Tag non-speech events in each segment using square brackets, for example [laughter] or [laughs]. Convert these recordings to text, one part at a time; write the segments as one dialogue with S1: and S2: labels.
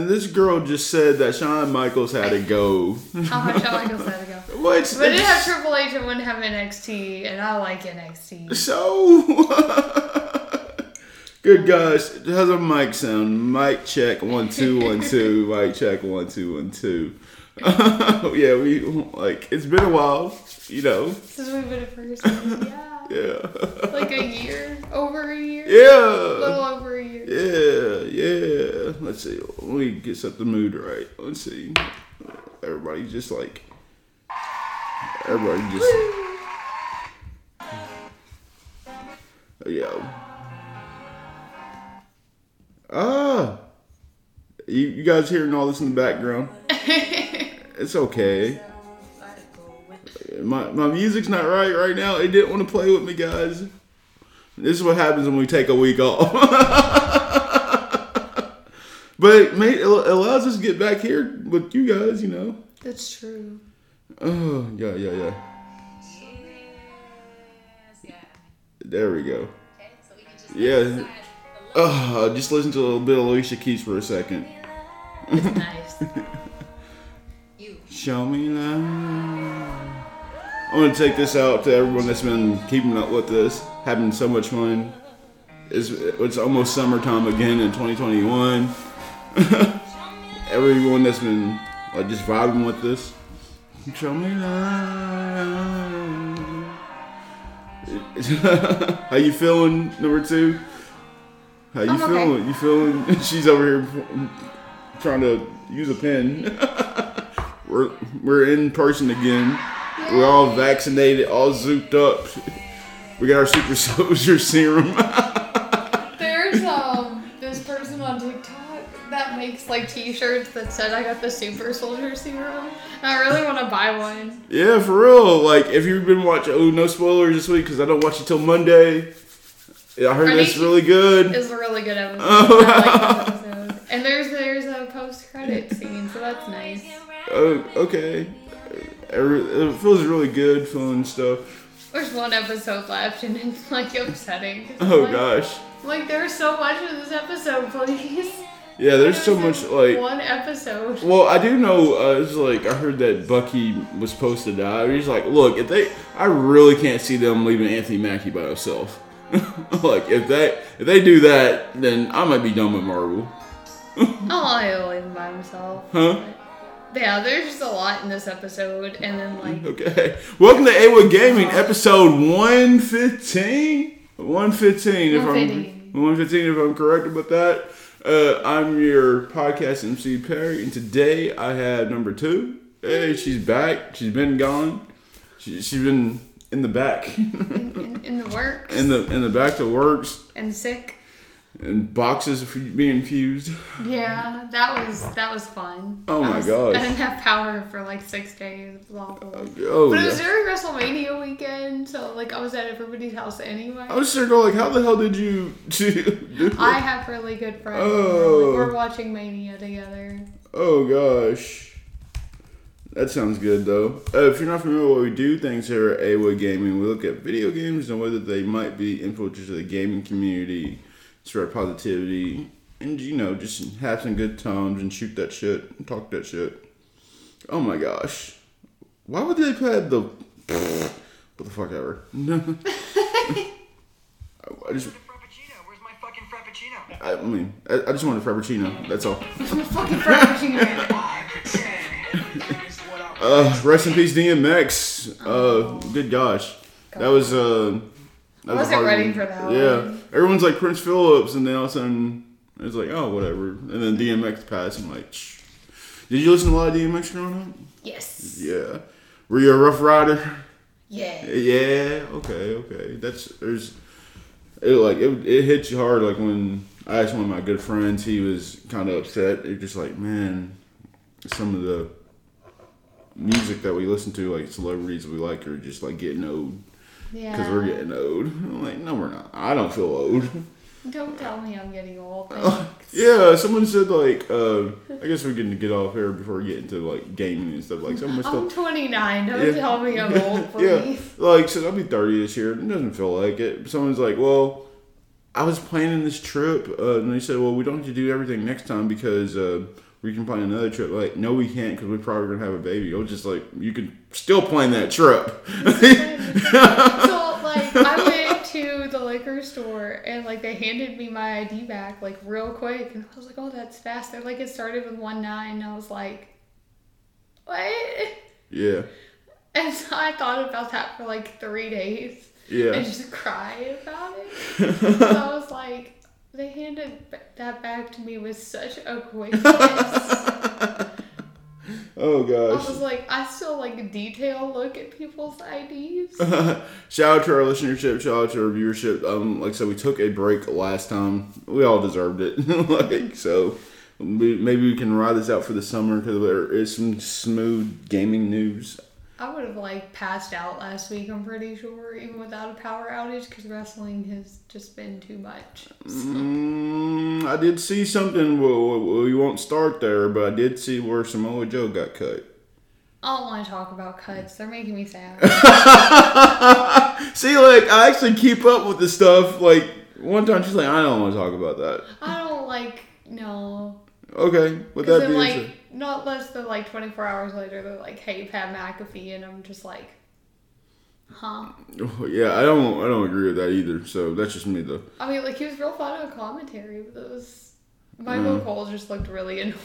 S1: And this girl just said that Shawn Michaels had to go.
S2: I'll have Shawn Michaels had to go.
S1: What's
S2: [laughs] But it had
S1: this?
S2: Triple H and wouldn't have NXT, and I like NXT.
S1: So. [laughs] Good gosh. How's a mic sound? Mic check one two one
S2: [laughs]
S1: two. Mic check one two one two. [laughs] Oh, yeah, we like it's been a while, you know.
S2: Since we've been at [laughs] Ferguson, yeah.
S1: Yeah.
S2: Like a year, over a year, a
S1: Yeah.
S2: little over a year.
S1: Yeah, yeah. Let's see. Let me get set the mood right. Let's see. Everybody just like. Everybody just. Yo. Ah. You, you guys hearing all this in the background? it's okay. My, my music's not right right now. It didn't want to play with me, guys. This is what happens when we take a week off. [laughs] but it, made, it allows us to get back here with you guys, you know.
S2: That's true.
S1: Oh, yeah, yeah, yeah. There we go. Yeah. Uh, just listen to a little bit of Alicia Keys for a second.
S2: It's nice.
S1: [laughs] Show me love. I want to take this out to everyone that's been keeping up with this, having so much fun. It's, it's almost summertime again in 2021. [laughs] everyone that's been like just vibing with this. Show me love. [laughs] How you feeling, number two? How you
S2: I'm okay.
S1: feeling? You feeling? [laughs] She's over here trying to use a pen. [laughs] we're we're in person again. We're all vaccinated, all zooped up. We got our super [laughs] soldier serum.
S2: There's um this person on TikTok that makes like T-shirts that said I got the super soldier serum. And I really want to buy one.
S1: yeah, for real. Like if you've been watching, oh no spoilers this week because I don't watch it till Monday. Yeah, I heard
S2: I
S1: that's
S2: think-
S1: really good.
S2: It's a really good
S1: [laughs]
S2: episode. I like this episode. And there's there's a post credit scene, so that's nice.
S1: Oh, okay. It re- it feels really good, feeling stuff.
S2: There's one episode left, and it's like upsetting. 'cause I'm
S1: Oh
S2: like,
S1: gosh,
S2: Like there's so much in this episode, please.
S1: yeah. There's so much like
S2: one episode.
S1: Well, I do know. Uh, it's like I heard that Bucky was supposed to die. He's like, look, if they, I really can't see them leaving Anthony Mackie by himself. [laughs] like if they if they do that, then I might be done with Marvel.
S2: I'll only leave him by himself.
S1: Huh?
S2: Yeah, there's just a lot in this episode, and then like
S1: Okay. Welcome to A1 Gaming, episode one fifteen. One fifteen. If I'm
S2: 115.
S1: one fifteen, if I'm correct about that. Uh, I'm your podcast MC Perry, and today I have number two. Hey, she's back. She's been gone. She, she's been in the back, [laughs] in
S2: in, in the works
S1: the in the back to works
S2: and sick.
S1: and boxes f- being fused. [laughs]
S2: Yeah, that was that was fun.
S1: Oh
S2: I
S1: my
S2: was-
S1: gosh.
S2: I didn't have power for like six days. Blah blah.
S1: Oh,
S2: But it
S1: yeah.
S2: was during WrestleMania weekend, so like I was at everybody's house anyway.
S1: I was sure going like, how the hell did you [laughs] do?
S2: I have really good friends.
S1: Oh.
S2: Like, we're watching Mania together.
S1: Oh gosh. That sounds good though. Uh, if you're not familiar with what we do, things here at AWA Gaming, we look at video games and whether they might be influencers of the gaming community, spread positivity, and you know, just have some good times and shoot that shit and talk that shit. Oh my gosh. Why would they put the [laughs] what the fuck ever? [laughs] No. I- I just
S3: Frappuccino. Where's my fucking frappuccino?
S1: I mean I, I just want a frappuccino, that's all.
S2: Fucking
S1: [laughs]
S2: frappuccino.
S3: I pretend. That is what I
S1: Uh, rest in peace, DMX. Uh, good gosh, that was uh, that was a
S2: I wasn't
S1: hard
S2: ready
S1: one.
S2: for that
S1: Yeah,
S2: one.
S1: everyone's like Prince Phillips, and then all of a sudden it's like, oh, whatever. And then DMX passed, and like, shh. did you listen to a lot of DMX growing up?
S2: yes.
S1: Yeah. Were you a Rough Rider?
S2: Yeah.
S1: Yeah. Okay. Okay. That's there's it like it, it hits you hard like when I asked one of my good friends, he was kind of upset. You're just like, man, some of the music that we listen to, like celebrities we like, are just like getting old
S2: Yeah.
S1: because we're getting old. I'm like, no, we're not. I don't feel old.
S2: Don't tell me I'm getting old.
S1: Oh, [laughs] yeah, someone said like, uh, I guess we can get off here before we get into like gaming and stuff. Like, someone still
S2: I'm 29. Don't
S1: Yeah.
S2: tell me I'm
S1: [laughs]
S2: old,
S1: Yeah,
S2: please.
S1: like so I'll be thirty this year. It doesn't feel like it. Someone's like, "Well, I was planning this trip," uh, and they said, "Well, we don't have to do everything next time because uh, we can plan another trip. Like, no, we can't because we're probably gonna have a baby. You'll just like you can still plan that trip. [laughs]
S2: So like I went to the liquor store and like they handed me my ID back like real quick and I was like, Oh that's fast. They're like it started with one nine and I was like What?
S1: yeah,
S2: And so I thought about that for like three days and
S1: yeah.
S2: just cried about it. so I was like, they handed b- that back to me with such a quickness.
S1: Oh
S2: I
S1: gosh.
S2: was like, I still like detail look at people's IDs.
S1: shout out to our listenership, shout out to our viewership. Um, like I said, we took a break last time. We all deserved it. [laughs] like so, we, maybe we can ride this out for the summer because there is some smooth gaming news.
S2: I would have like passed out last week. I'm pretty sure, even without a power outage, because wrestling has just been too much.
S1: Mm, I did see something. Well, well, we won't start there, but I did see where Samoa Joe got cut. [laughs]
S2: I don't want to talk about cuts. They're making me sad.
S1: See, like I actually keep up with the stuff. Like one time, she's like, "I don't want to talk about that."
S2: I don't like no.
S1: Okay, with
S2: Because
S1: that
S2: then
S1: being
S2: like
S1: said, [laughs]
S2: not less than like 24 hours later, they're like, "Hey, Pat McAfee," and I'm just like, "Huh."
S1: oh, yeah, I don't, I don't agree with that either. So that's just me though.
S2: I mean, like he was real fun on commentary, but it was Michael Cole just looked really [laughs] annoying.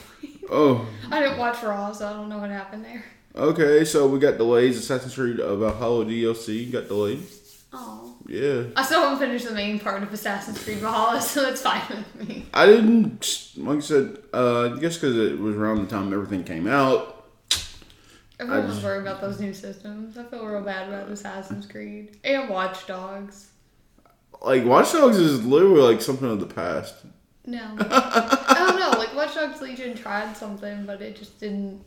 S1: Oh,
S2: I didn't watch Raw, so I don't know what happened there.
S1: Okay, so we got delays. Assassin's Creed uh, Valhalla DLC got delayed.
S2: Oh,
S1: Yeah,
S2: I still haven't finished the main part of Assassin's Creed Valhalla, [laughs] so it's fine with me.
S1: I didn't. Like I said, uh, I guess because it was around the time everything came out.
S2: Everyone's worried about those new systems. I feel real bad about Assassin's Creed and Watch Dogs.
S1: Like Watch Dogs is literally like something of the past. [laughs]
S2: No, I don't know. Like Watch Dogs Legion tried something, but it just didn't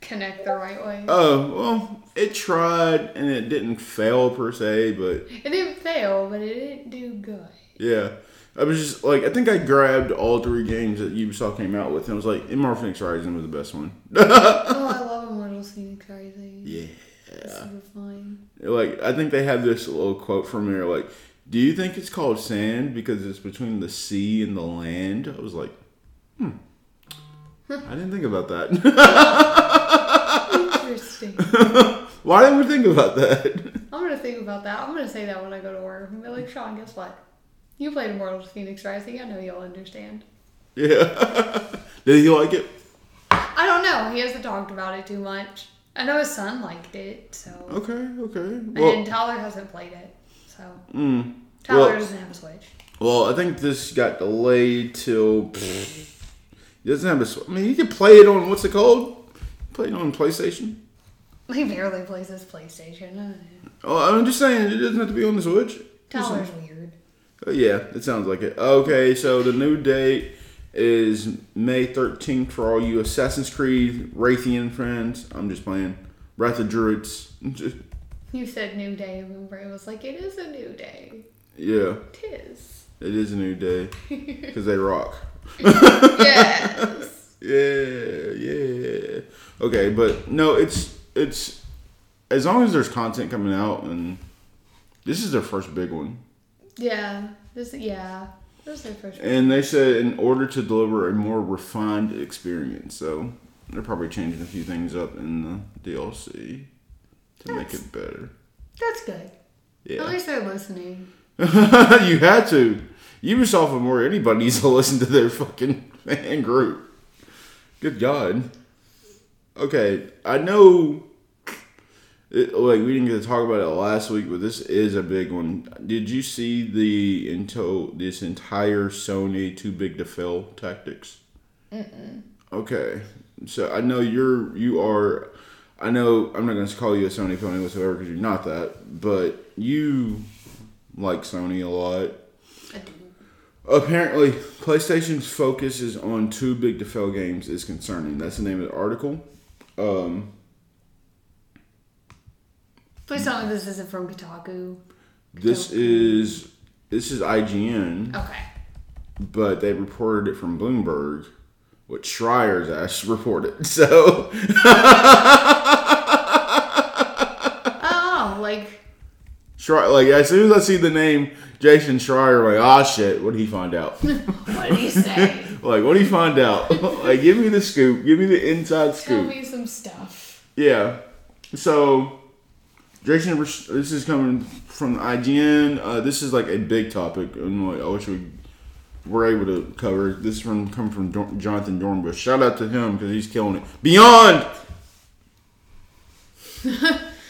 S2: connect the right way.
S1: Oh well, it tried and it didn't fail per se, but
S2: It didn't fail, but it didn't do good.
S1: yeah. I was just like, I think I grabbed all three games that Ubisoft came out with, and I was like, "MR Phoenix Rising was the best one." [laughs]
S2: Oh, I love Immortals Phoenix Rising.
S1: Yeah.
S2: It's super fun.
S1: like I think they have this little quote from here like do you think it's called sand because it's between the sea and the land I was like hmm I didn't think about that [laughs]
S2: Interesting.
S1: why didn't we think about that [laughs]
S2: I'm gonna think about that. I'm gonna say that when I go to work. I'm gonna be like, Sean, guess what? You played Immortals Phoenix Rising. I know you'll understand.
S1: yeah [laughs] did he like it
S2: I don't know. He hasn't talked about it too much. I know his son liked it, so
S1: okay okay
S2: and
S1: well
S2: Tyler hasn't played it, so
S1: mm.
S2: Tyler
S1: Well-
S2: doesn't have a Switch.
S1: well I think this got delayed till he doesn't have a sw- I mean he could play it on what's it called play it on PlayStation
S2: He barely plays his PlayStation. Uh, I don't know.
S1: oh I'm just saying it doesn't have to be on the Switch
S2: Tyler's weird.
S1: Uh, Yeah, it sounds like it. Okay, so the new date is May 13th for all you Assassin's Creed Raytheon friends. I'm just playing. Wrath of Druids. [laughs]
S2: You said new day, and remember it was like it is a new day.
S1: yeah,
S2: [laughs] Tis.
S1: it is a new day because they rock.
S2: yes.
S1: Yeah, yeah. Okay, but no, it's it's as long as there's content coming out and this is their first big one.
S2: Yeah. This. Yeah. This is for sure.
S1: And they said in order to deliver a more refined experience, so they're probably changing a few things up in the DLC to make it better.
S2: That's good. At
S1: Yeah,
S2: least they're listening.
S1: [laughs] you had to. Ubisoft and more anybody needs to listen to their fucking fan group. Good God. Okay, I know. It, like we didn't get to talk about it last week, but this is a big one. Did you see the into this entire Sony too big to fail tactics? Okay, so I know you're you are. I know I'm not going to call you a Sony pony whatsoever because you're not that, but you like Sony a lot.
S2: I do.
S1: Apparently, PlayStation's focus is on too big to fail games is concerning. That's the name of the article. Um,
S2: Please tell me this isn't from Kotaku.
S1: This is this is IGN,
S2: Okay.
S1: but they reported it from Bloomberg, which Schreier's ass [laughs] reported. So
S2: Oh, like
S1: Schreier, like as soon as I see the name Jason Schreier, like ah shit, what did he find out? [laughs]
S2: what did he say?
S1: Like, what do you find out? [laughs] like, give me the scoop. Give me the inside
S2: Tell
S1: scoop.
S2: me some stuff.
S1: Yeah. So, Jason, this is coming from IGN. Uh, this is like a big topic, and like, I wish we were able to cover. This is from coming from Dor- Jonathan Dornbush. Shout out to him because he's killing it. Beyond.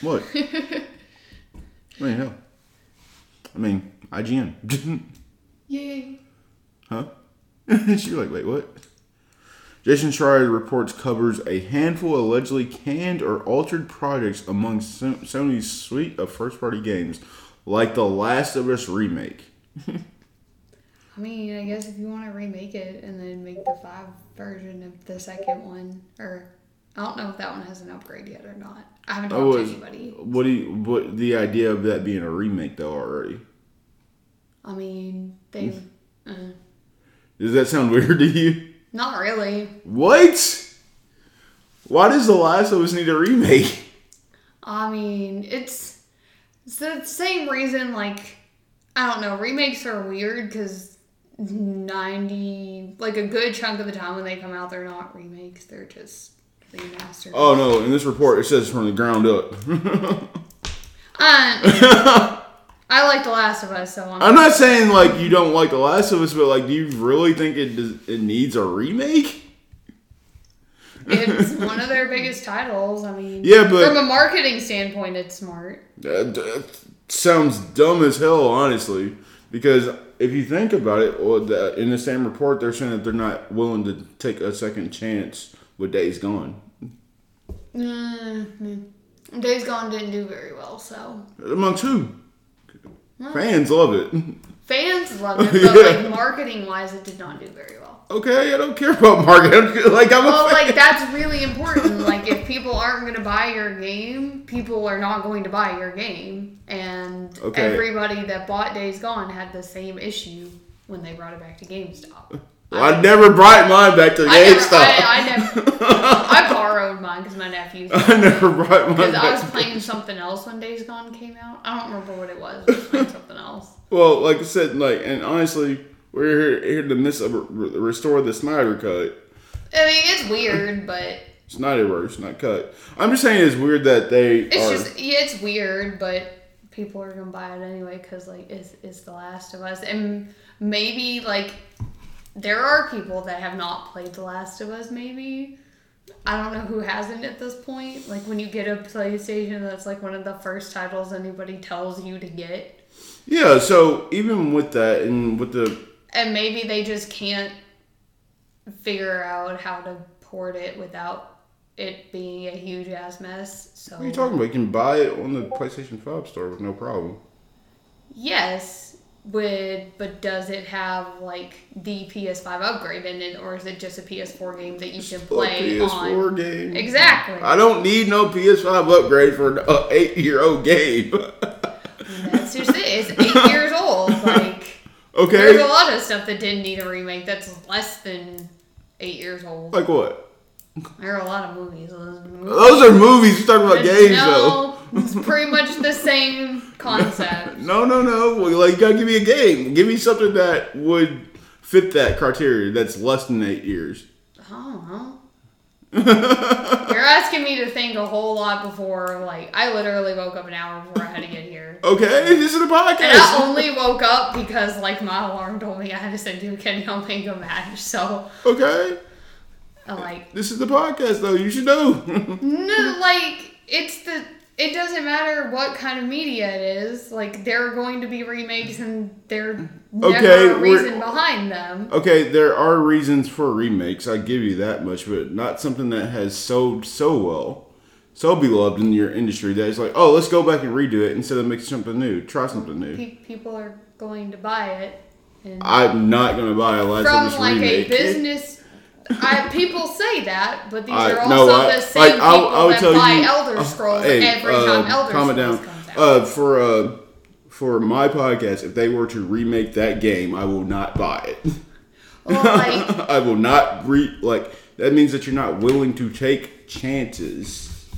S1: what? I mean, hell. I mean, [laughs] IGN.
S2: Yay.
S1: huh? [laughs] she was like, wait, what? Jason Schreier reports covers a handful of allegedly canned or altered projects among Son- Sony's suite of first-party games, like The Last of Us remake.
S2: I mean, I guess if you want to remake it and then make the five version of the second one, or I don't know if that one has an upgrade yet or not. I haven't
S1: I
S2: talked
S1: was-
S2: to anybody.
S1: What do you, what the idea of that being a remake though already?
S2: I mean, they. Uh,
S1: Does that sound [laughs] weird to you?
S2: not really.
S1: What? Why does The Last of Us need a remake? [laughs]
S2: I mean, it's, it's the same reason, like, I don't know, remakes are weird because 90, like, a good chunk of the time when they come out, they're not remakes, they're just remasters.
S1: Oh no! In this report, it says from the ground up. [laughs]
S2: Um, I like The Last of Us, so I'm,
S1: I'm not saying like you don't like The Last of Us, but like, do you really think it does, it needs a remake?
S2: [laughs] it's one of their biggest titles. I mean,
S1: Yeah, but-
S2: from a marketing standpoint, it's smart.
S1: That, that sounds dumb as hell, honestly. Because if you think about it, well, the, in the same report, they're saying that they're not willing to take a second chance with Days Gone.
S2: Mm-hmm. Days Gone didn't do very well, so
S1: Among two, fans love it. [laughs]
S2: fans loved [laughs] it, but
S1: Yeah.
S2: like marketing wise, it did not do very well.
S1: Okay, I don't care about market. [laughs] Like I'm
S2: Well,
S1: a fan.
S2: Oh, like that's really important. Like if people aren't going to buy your game, people are not going to buy your game, and
S1: Okay.
S2: everybody that bought Days Gone had the same issue when they brought it back to [laughs] GameStop.
S1: Well, I never brought mine back to
S2: I never,
S1: GameStop. [laughs]
S2: I, I never, I borrowed mine because my nephews.
S1: I never brought mine
S2: Because I
S1: back.
S2: was playing something else when Days Gone came out. I don't remember what it was. I was playing something else.
S1: [laughs] Well, like I said, like and honestly, we're here, here to miss a, re- restore the Snyder cut.
S2: I mean, it's weird, but
S1: Snyderverse, not cut. I'm just saying it's weird that they
S2: it's
S1: are.
S2: just yeah, it's weird, but people are gonna buy it anyway because like it's it's The Last of Us, and maybe like there are people that have not played The Last of Us. Maybe I don't know who hasn't at this point. Like when you get a PlayStation, that's like one of the first titles anybody tells you to get.
S1: Yeah, so even with that and with the
S2: and maybe they just can't figure out how to port it without it being a huge ass mess. So
S1: what are you talking about? You can buy it on the PlayStation 5 store with no problem.
S2: yes, would but does it have like the PS5 upgrade in it, or is it just a PS4 game that you can play
S1: a PS4
S2: on?
S1: game.
S2: Exactly.
S1: I don't need no PS5 upgrade for an uh, eight year old game. [laughs]
S2: That's just it. It's eight years old. Like there's a
S1: okay,
S2: lot of stuff that didn't need a remake. That's less than eight years old.
S1: like what?
S2: There are a lot of movies. Those movies
S1: Those are movies. You're talking about games
S2: no, it's pretty much the same concept. [laughs]
S1: though. No, no, no. Well, like you gotta give me a game. Give me something that would fit that criteria. That's less than eight years.
S2: I don't know. Oh, [laughs] You're asking me to think a whole lot before, like, I literally woke up an hour before I had to get here.
S1: Okay, this is a
S2: And I
S1: podcast.
S2: only woke up because, like, my alarm told me I had to send you a Kenny Omega match. So,
S1: Okay,
S2: I'm like,
S1: this is the podcast though. You should know. [laughs]
S2: No, like it's the. It doesn't matter what kind of media it is. Like there are going to be remakes, and there never
S1: Okay,
S2: a
S1: we're-
S2: reason behind them.
S1: Okay, there are reasons for remakes. I give you that much, but not something that has sold so well, so beloved in your industry that it's like, oh, let's go back and redo it instead of making something new. Try something new.
S2: Pe- people are going to buy it, and
S1: I'm not gonna buy a Last of
S2: from
S1: Us
S2: like
S1: remake.
S2: a business. I, people say that, but these
S1: I-
S2: are
S1: no,
S2: also
S1: I-
S2: the same
S1: like,
S2: people
S1: I- I would
S2: that
S1: tell
S2: buy
S1: you- uh,
S2: Elder Scrolls
S1: Hey,
S2: every
S1: uh,
S2: time Elder
S1: calm it
S2: Scrolls
S1: down.
S2: comes out.
S1: Uh, for uh, for my podcast, if they were to remake that game, I will not buy it. [laughs]
S2: well, like,
S1: I will not re like. That means that you're not willing to take chances.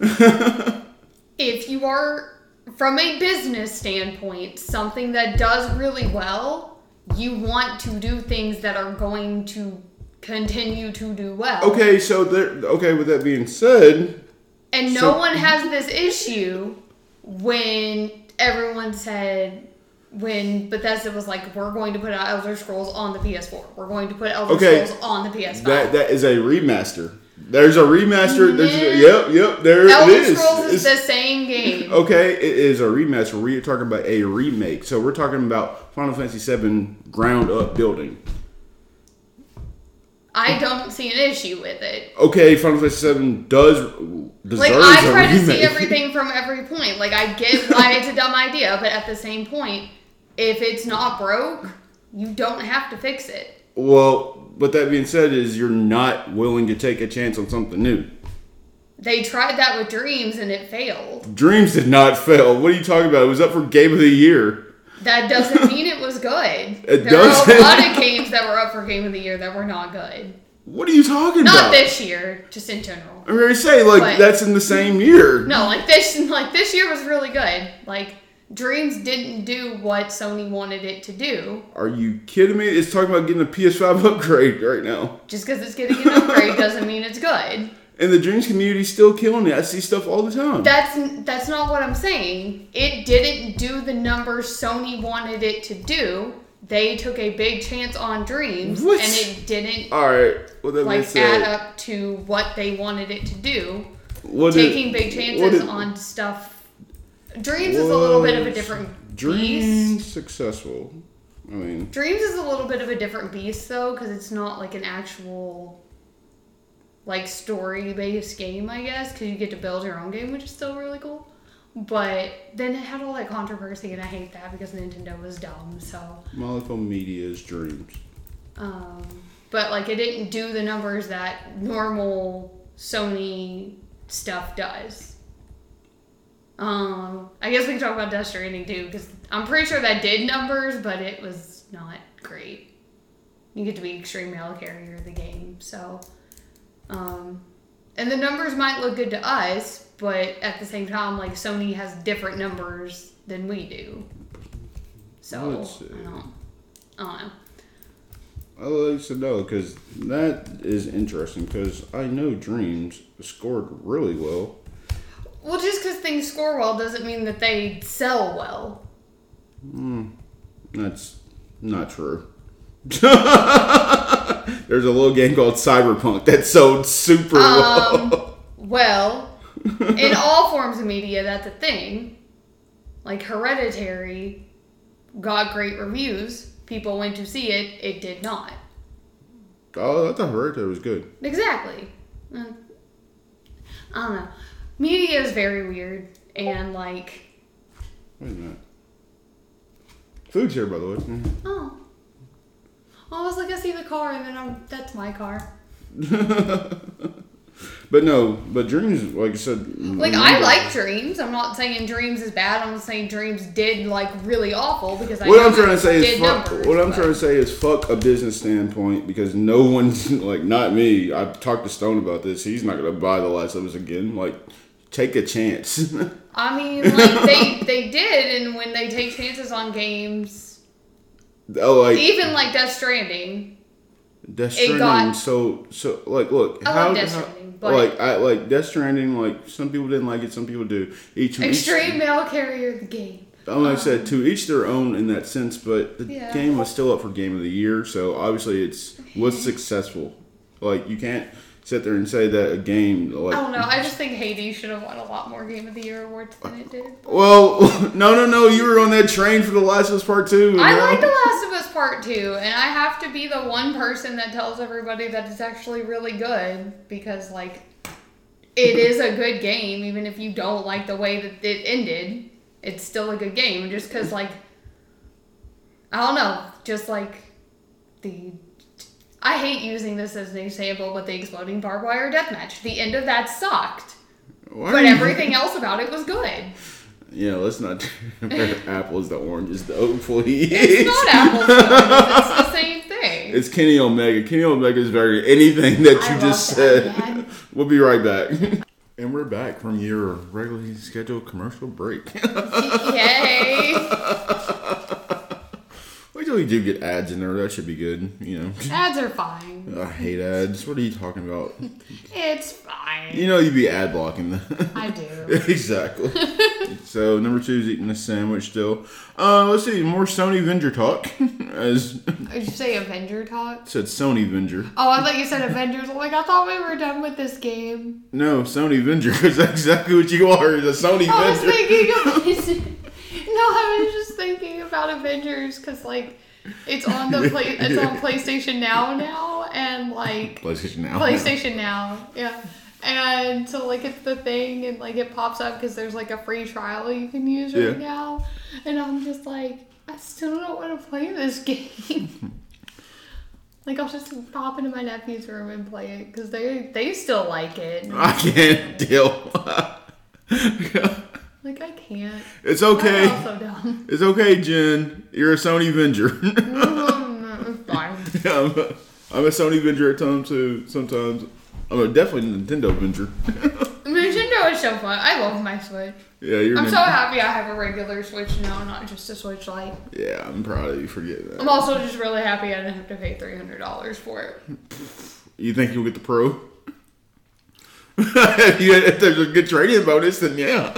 S2: if you are from a business standpoint, something that does really well you want to do things that are going to continue to do well.
S1: Okay, so there. Okay, with that being said,
S2: And no
S1: So-
S2: one has this issue when everyone said when Bethesda was like, "We're going to put out Elder Scrolls on the PS4. We're going to put Elder
S1: Okay.
S2: Scrolls on the PS5."
S1: that that is a remaster. There's a remaster. There's a,
S2: Yeah.
S1: yep, yep. There
S2: Elder
S1: it is.
S2: Scrolls
S1: It's-
S2: is
S1: Oh.
S2: the same game.
S1: Okay, it is a remaster. We're talking about a remake. So we're talking about Final Fantasy VII ground up building.
S2: I don't see an issue with it.
S1: Okay, Final Fantasy VII does deserves
S2: Like I
S1: a
S2: try to
S1: remake.
S2: see everything from every point. Like I get why it's a dumb idea, but at the same point, if it's not broke, you don't have to fix it.
S1: [laughs] Well, but that being said, is you're not willing to take a chance on something new.
S2: They tried that with Dreams and it failed.
S1: Dreams did not fail. What are you talking about? It was up for Game of the Year.
S2: That doesn't mean it was good.
S1: [laughs] It
S2: there were
S1: doesn't.
S2: a lot of games that were up for Game of the Year that were not good.
S1: What are you talking
S2: Not
S1: about?
S2: this year, just in general.
S1: I'm gonna say like
S2: What?
S1: that's in the same year.
S2: No, like this, like this year was really good. Like Dreams didn't do what Sony wanted it to do.
S1: Are you kidding me? It's talking about getting a PS5 [laughs] upgrade right now.
S2: Just because
S1: [laughs]
S2: it's getting an upgrade doesn't mean it's good.
S1: And the Dreams community's still killing it. I see stuff all the time.
S2: That's that's not what I'm saying. It didn't do the numbers Sony wanted it to do. They took a big chance on Dreams,
S1: What?
S2: and it didn't
S1: all right. Well, that being
S2: like add
S1: said,
S2: up to what they wanted it to do.
S1: what did-
S2: Taking big
S1: what
S2: chances
S1: did-
S2: on stuff. Dreams is a little bit of a
S1: was
S2: different
S1: Dreams
S2: beast.
S1: successful. I mean,
S2: Dreams is a little bit of a different beast though, because it's not like an actual like story based game, I guess, because you get to build your own game, which is still really cool. But then it had all that controversy, and I hate that because Nintendo was dumb. So,
S1: Molecule Media's Dreams.
S2: um, but like it didn't do the numbers that normal Sony stuff does. Um, I guess we can talk about Death Stranding too, because I'm pretty sure that did numbers, but it was not great. You get to be extreme mail carrier of the game, so. Um, and the numbers might look good to us, but at the same time, like Sony has different numbers than we do. So
S1: Let's see.
S2: I don't, I don't know.
S1: I like to know because that is interesting because I know Dreams scored really well.
S2: Well, just because things score well doesn't mean that they sell well.
S1: That's not true. [laughs] There's a little game called Cyberpunk that sold super well.
S2: Um, well, in all forms of media, that's a thing. Like Hereditary got great reviews. People went to see it. It did not.
S1: Oh, I thought Hereditary was good.
S2: Exactly. Uh, I don't know. Media is very weird and like,
S1: Wait a minute. Food's here, by the way. Mhm.
S2: oh. I was like, I see the car, and then I'm, that's my car.
S1: but no, but Dreams, like I said,
S2: Like I like Dreams. I'm not saying Dreams is bad. I'm saying Dreams did like really awful because I
S1: What
S2: know
S1: I'm trying
S2: that
S1: to say
S2: did
S1: is fuck,
S2: numbers,
S1: what I'm
S2: but-
S1: trying to say is fuck a business standpoint because no one's [laughs] like not me. I've talked to Stone about this. He's not gonna buy the last of us again. Like, take a chance. [laughs]
S2: I mean, like they they did, and when they take chances on games,
S1: oh, like
S2: even like Death Stranding,
S1: Death
S2: It
S1: Stranding.
S2: got-
S1: so so like look
S2: I
S1: how,
S2: love Death
S1: how-
S2: Stranding, but-
S1: like I like Death Stranding. Like some people didn't like it, some people do. Each
S2: extreme mail carrier of the game.
S1: Each, like I said, to each their own in that sense. But the
S2: Yeah.
S1: game was still up for Game of the Year, so obviously it's was successful. Like you can't sit there and say that a game like
S2: I don't know. I just think Hades should have won a lot more Game of the Year awards than it did.
S1: Well, [laughs] no, no, no. You were on that train for The Last of Us Part Two.
S2: I
S1: you know?
S2: like The Last of Us Part 2, and I have to be the one person that tells everybody that it's actually really good because, like, it is a good game, even if you don't like the way that it ended. It's still a good game, just because, like, I don't know, just like the. I hate using this as an example, but the exploding barbed wire deathmatch. The end of that sucked,
S1: Why
S2: but
S1: [laughs] are you-
S2: everything else about it was good.
S1: Yeah, let's
S2: [laughs]
S1: not [laughs] compare apples to oranges, though. Please.
S2: It's not apples. to oranges, It's the same thing.
S1: It's Kenny Omega. Kenny Omega is very anything that
S2: I
S1: you
S2: love
S1: just
S2: that,
S1: said.
S2: man.
S1: [laughs] We'll be right back. [laughs] And we're back from your regularly scheduled commercial break.
S2: Yay.
S1: [laughs] we just usually do get ads in there. That should be good. You
S2: Ads are fine.
S1: know, [laughs] I hate ads. What are you talking about?
S2: It's fine.
S1: You know, you'd be ad blocking them. [laughs]
S2: I do. [laughs]
S1: exactly. so number two is eating a sandwich still. Uh, let's see more Sony Avenger talk. [laughs] As
S2: Did you say Avenger talk?
S1: said, Sony Avenger.
S2: Oh, I thought you said Avengers. I'm like, I thought we were done with this game.
S1: No, Sony Avenger is exactly what you are. Is a Sony
S2: I was
S1: Avenger.
S2: thinking of. no, I was just thinking about Avengers because like it's on the play. It's on PlayStation Now now, and
S1: [laughs]
S2: like
S1: PlayStation now.
S2: PlayStation Now, yeah. And so like it's the thing, and like it pops up because there's like a free trial you can use right
S1: Yeah.
S2: now, and I'm just like, I still don't want to play this [laughs] game. like I'll just pop into my nephew's room and play it because they they still like it.
S1: I can't deal. [laughs]
S2: Like I can't.
S1: it's
S2: I'm
S1: okay.
S2: also
S1: [laughs]
S2: dumb.
S1: It's okay, Jen. You're a Sony Avenger. [laughs]
S2: Mm, Fine.
S1: I'm, a, I'm a Sony Avenger at times too. Sometimes I'm a definitely Nintendo Avenger. [laughs]
S2: Nintendo is so fun. I love my Switch.
S1: yeah, you're.
S2: I'm
S1: Nin-
S2: so happy I have a regular Switch now, not just a Switch Lite.
S1: yeah, I'm proud of you for getting that.
S2: I'm also just really happy I didn't have to pay three hundred dollars for it.
S1: You think you'll get the pro? [laughs] if, you, if there's a good trading bonus, then yeah.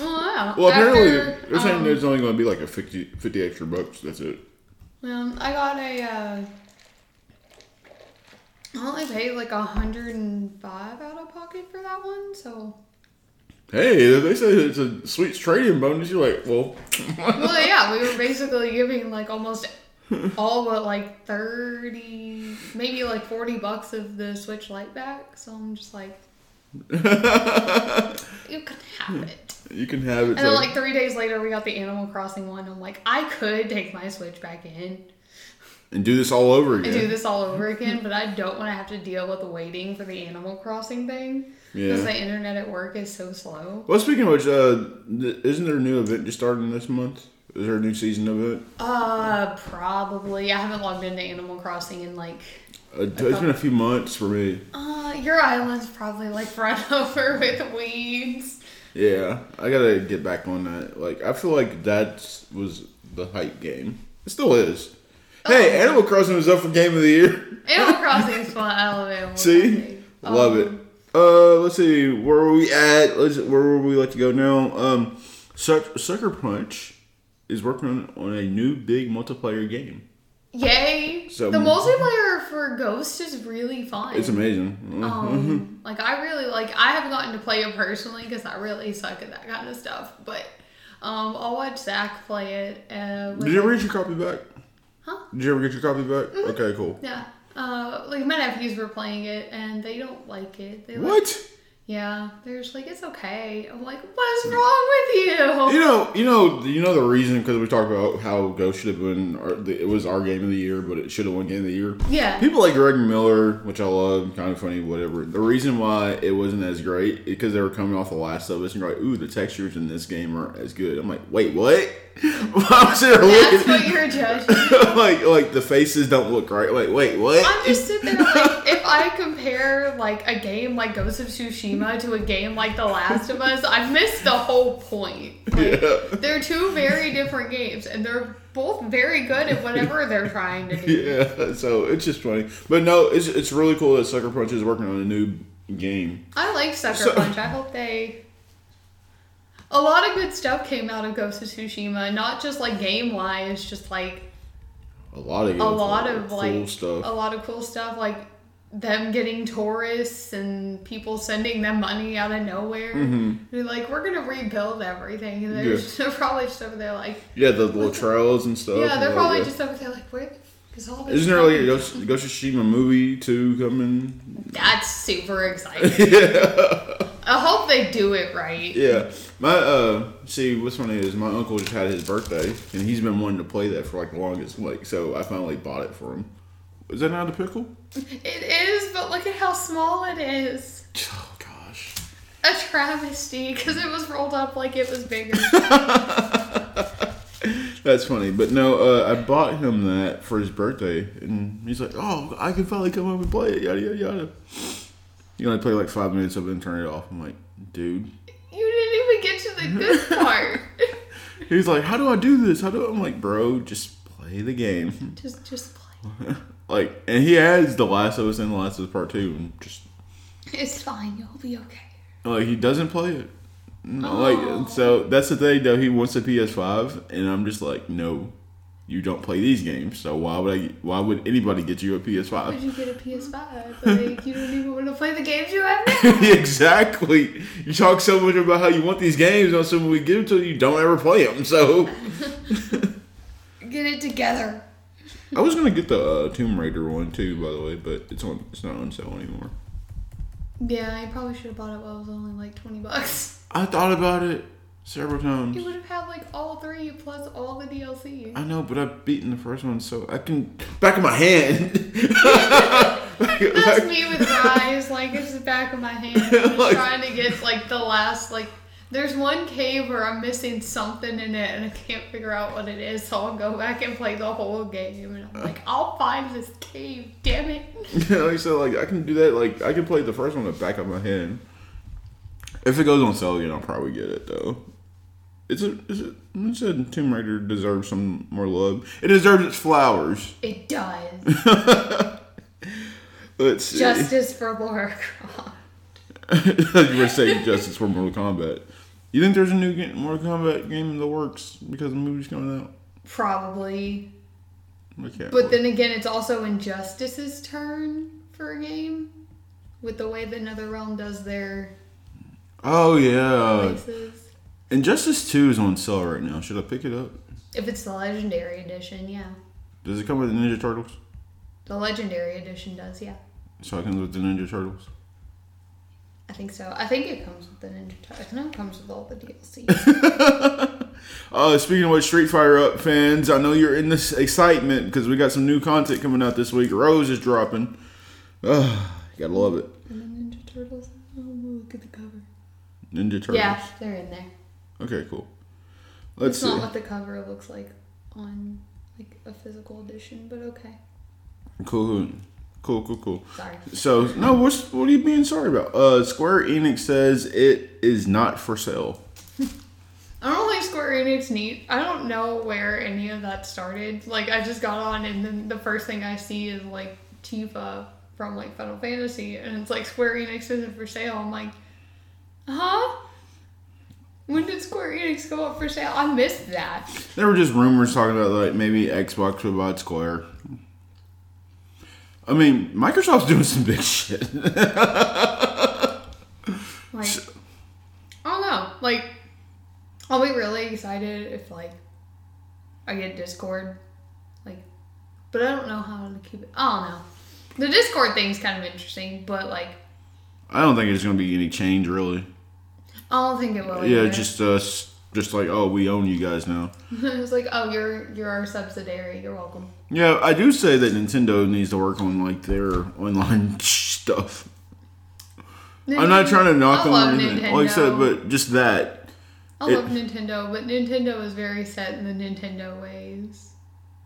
S2: Wow.
S1: Well, apparently
S2: After,
S1: they're saying
S2: um,
S1: there's only going to be like a 50, 50 extra bucks. That's it.
S2: um, I got a. Uh, I only paid like a hundred and five out of pocket for that one, so.
S1: Hey, if they say it's a sweet trading bonus. You're like, well, [laughs]
S2: Well, yeah, we were basically giving like almost all but like thirty, maybe like forty bucks of the Switch Lite back. So I'm
S1: [laughs]
S2: just like, you can have it.
S1: you can have it.
S2: And then
S1: so-
S2: like three days later, we got the Animal Crossing one. I'm like, I could take my Switch back in.
S1: and do this all over
S2: I
S1: again.
S2: do this
S1: [laughs]
S2: all over again, but I don't want to have to deal with the waiting for the Animal Crossing thing because
S1: Yeah.
S2: the internet at work is so slow.
S1: Well, speaking of which, uh, th- isn't there a new event just starting this month? Is there a new season of it?
S2: Uh, probably. I haven't logged into Animal Crossing in like.
S1: Uh, it's been a few months for me.
S2: Uh, your island's probably like [laughs] run over with weeds.
S1: Yeah, I gotta get back on that. Like, I feel like that was the hype game. It still is.
S2: Oh.
S1: Hey, Animal Crossing was up for Game of the Year. [laughs]
S2: Animal Crossing's fun. I love Animal
S1: See,
S2: Crossing. Um,
S1: love it. Uh, let's see, where were we at? Let's, where would we like to go now? Um, Suck, Sucker Punch is working on a new big multiplayer game.
S2: Yay!
S1: So-
S2: the multiplayer for Ghost is really fun.
S1: It's amazing. Mm.
S2: Um, like I really like I haven't gotten to play it personally because I really suck at that kind of stuff. But um, I'll watch Zach play it. Uh, with
S1: Did you
S2: him.
S1: ever get your copy back?
S2: Huh? Mm-hmm.
S1: Did you ever get your copy back? Okay, cool.
S2: Yeah. Uh, like my nephews were playing it and they don't like it. They Like,
S1: What?
S2: yeah, they're just like it's okay. I'm like, what's wrong with you?
S1: You know, you know, you know the reason because we talked about how Ghost should have been. Our, the, it was our game of the year, but it should have won game of the year.
S2: Yeah.
S1: People like Greg Miller, which I love, kind of funny, whatever. The reason why it wasn't as great because they were coming off the Last of Us and you're like, ooh, the textures in this game aren't as good. I'm like, wait, what? [laughs] I was there
S2: That's what
S1: looking,
S2: you're
S1: [laughs]
S2: judging.
S1: like, like the faces don't look right. Like, wait, what?
S2: I'm just sitting there
S1: [laughs]
S2: like, if I compare like a game like Ghost of Tsushima to a game like The Last of Us, I've missed the whole point. Like,
S1: Yeah.
S2: They're two very different games, and they're both very good at whatever they're trying to do.
S1: [laughs] Yeah, so it's just funny, but no, it's it's really cool that Sucker Punch is working on a new game.
S2: I like Sucker
S1: So-
S2: Punch. I hope they. A lot of good stuff came out of Ghost of Tsushima, not just like game wise, just like
S1: A lot of
S2: a
S1: good,
S2: lot of
S1: cool
S2: like oh,
S1: stuff.
S2: a lot of cool stuff like them getting tourists and people sending them money out of nowhere.
S1: Mm-hmm.
S2: They're like, we're gonna rebuild everything. And they're,
S1: Yeah.
S2: just- [laughs] they're probably just over there like,
S1: Yeah, the little trails and stuff.
S2: yeah, they're
S1: and
S2: probably
S1: like,
S2: just over there like, where the f- is all this?
S1: Isn't there like a
S2: coming
S1: Ghost,
S2: [laughs]
S1: Ghost of Tsushima movie too coming?
S2: from?" That's super exciting.
S1: [laughs] yeah,
S2: I hope they do it right.
S1: yeah. My uh, see, what's funny is my uncle just had his birthday, and he's been wanting to play that for like the longest. Like, so I finally bought it for him. Is that not a pickle? [sighs]
S2: It is, but look at how small it is.
S1: Oh gosh.
S2: A travesty because it was rolled up like it was
S1: [laughs]
S2: bigger.
S1: That's funny, but no, uh, I bought him that for his birthday, and he's like, "Oh, I can finally come home and play it." Yada yada yada. You know, I play like five minutes of it and turn it off. I'm like, dude.
S2: you didn't even get to the good part. [laughs]
S1: He's like, "How do I do this? How do?" I-" I'm like, "Bro, just play play the game. [laughs]
S2: Just just play.
S1: Like, and he has The Last of Us and The Last of Us Part Two. and Just
S2: It's fine. You'll be okay.
S1: like he doesn't play it. No, like so that's the thing though. He wants a PS5, and I'm just like, no, you don't play these games. So why would I? Why would anybody get you a
S2: Did
S1: PS5?
S2: you get a PS5? Like you don't even want to play the games you have
S1: [laughs]
S2: now.
S1: exactly. You talk so much about how you want these games, and so when we give them to you, you don't ever play them. So
S2: [laughs] Get it together.
S1: I was gonna get the uh, Tomb Raider one too, by the way, but it's on. It's not on sale anymore.
S2: Yeah, I probably should have bought it while it was only like twenty bucks. [laughs]
S1: I thought about it several times.
S2: You would have had like all three plus all the DLC.
S1: I know, but I've beaten the first one, so I can back of my hand. [laughs]
S2: That's me with guys. Like it's the back of my hand. I'm just
S1: Like-
S2: trying to get like the last like. There's one cave where I'm missing something in it and I can't figure out what it is, so I'll go back and play the whole game. And I'm like, I'll find this cave, damn it.
S1: [laughs] like I said, like I can do that. Like I can play the first one with back of my hand. If it goes on sale, you know, I'll probably get it though. It's a, it's a, it's a Tomb Raider deserves some more love. It deserves its flowers.
S2: It does.
S1: Let's see. [laughs]
S2: Justice for Laura Croft.
S1: you were saying justice for Mortal Kombat. You think there's a new game, Mortal Kombat game in the works because the movie's coming out?
S2: Probably.
S1: I can't.
S2: But then again, it's also Injustice's turn for a game. With the way that Netherrealm does their
S1: oh yeah,
S2: places.
S1: Injustice Two is on sale right now. Should I pick it up?
S2: If it's the Legendary Edition, yeah.
S1: Does it come with the Ninja Turtles?
S2: The Legendary Edition does, yeah.
S1: So it comes with the Ninja Turtles.
S2: I think so. I think it comes with the Ninja Turtles. No, it comes with all the [laughs] DLC.
S1: Uh, speaking of which, Street Fighter Up fans, I know you're in this excitement because we got some new content coming out this week. Rose is dropping. Ugh, gotta love it.
S2: and the Ninja Turtles. Oh, look at the cover.
S1: Ninja Turtles.
S2: Yeah, they're in there.
S1: Okay, cool. Let's
S2: it's
S1: see.
S2: not what the cover looks like on like a physical edition, but okay.
S1: Cool, cool, cool, cool.
S2: Sorry.
S1: So, no, what's what are you being sorry about? Uh, Square Enix says it is not for sale.
S2: I don't think Square Enix neat. I don't know where any of that started. Like I just got on and then the first thing I see is like Tifa from like Final Fantasy and it's like Square Enix isn't for sale. I'm like, huh? When did Square Enix go up for sale? I missed that.
S1: There were just rumors talking about like maybe Xbox would buy Square. I mean, Microsoft's [laughs] doing some big shit.
S2: Like I don't know. Like I'll be really excited if like I get Discord. Like but I don't know how to keep it I don't know. The Discord thing's kind of interesting, but like
S1: I don't think there's gonna be any change really.
S2: I don't think it will.
S1: Yeah,
S2: either. [laughs]
S1: just uh, s- just like oh, we own you guys now.
S2: it's like, oh, you're you're our subsidiary. You're welcome.
S1: Yeah, I do say that Nintendo needs to work on like their online [laughs] stuff. I'm not trying to knock
S2: I
S1: on
S2: love
S1: them, or anything, like I said,
S2: Nintendo.
S1: but just that
S2: I love Nintendo, but Nintendo is very set in the Nintendo ways.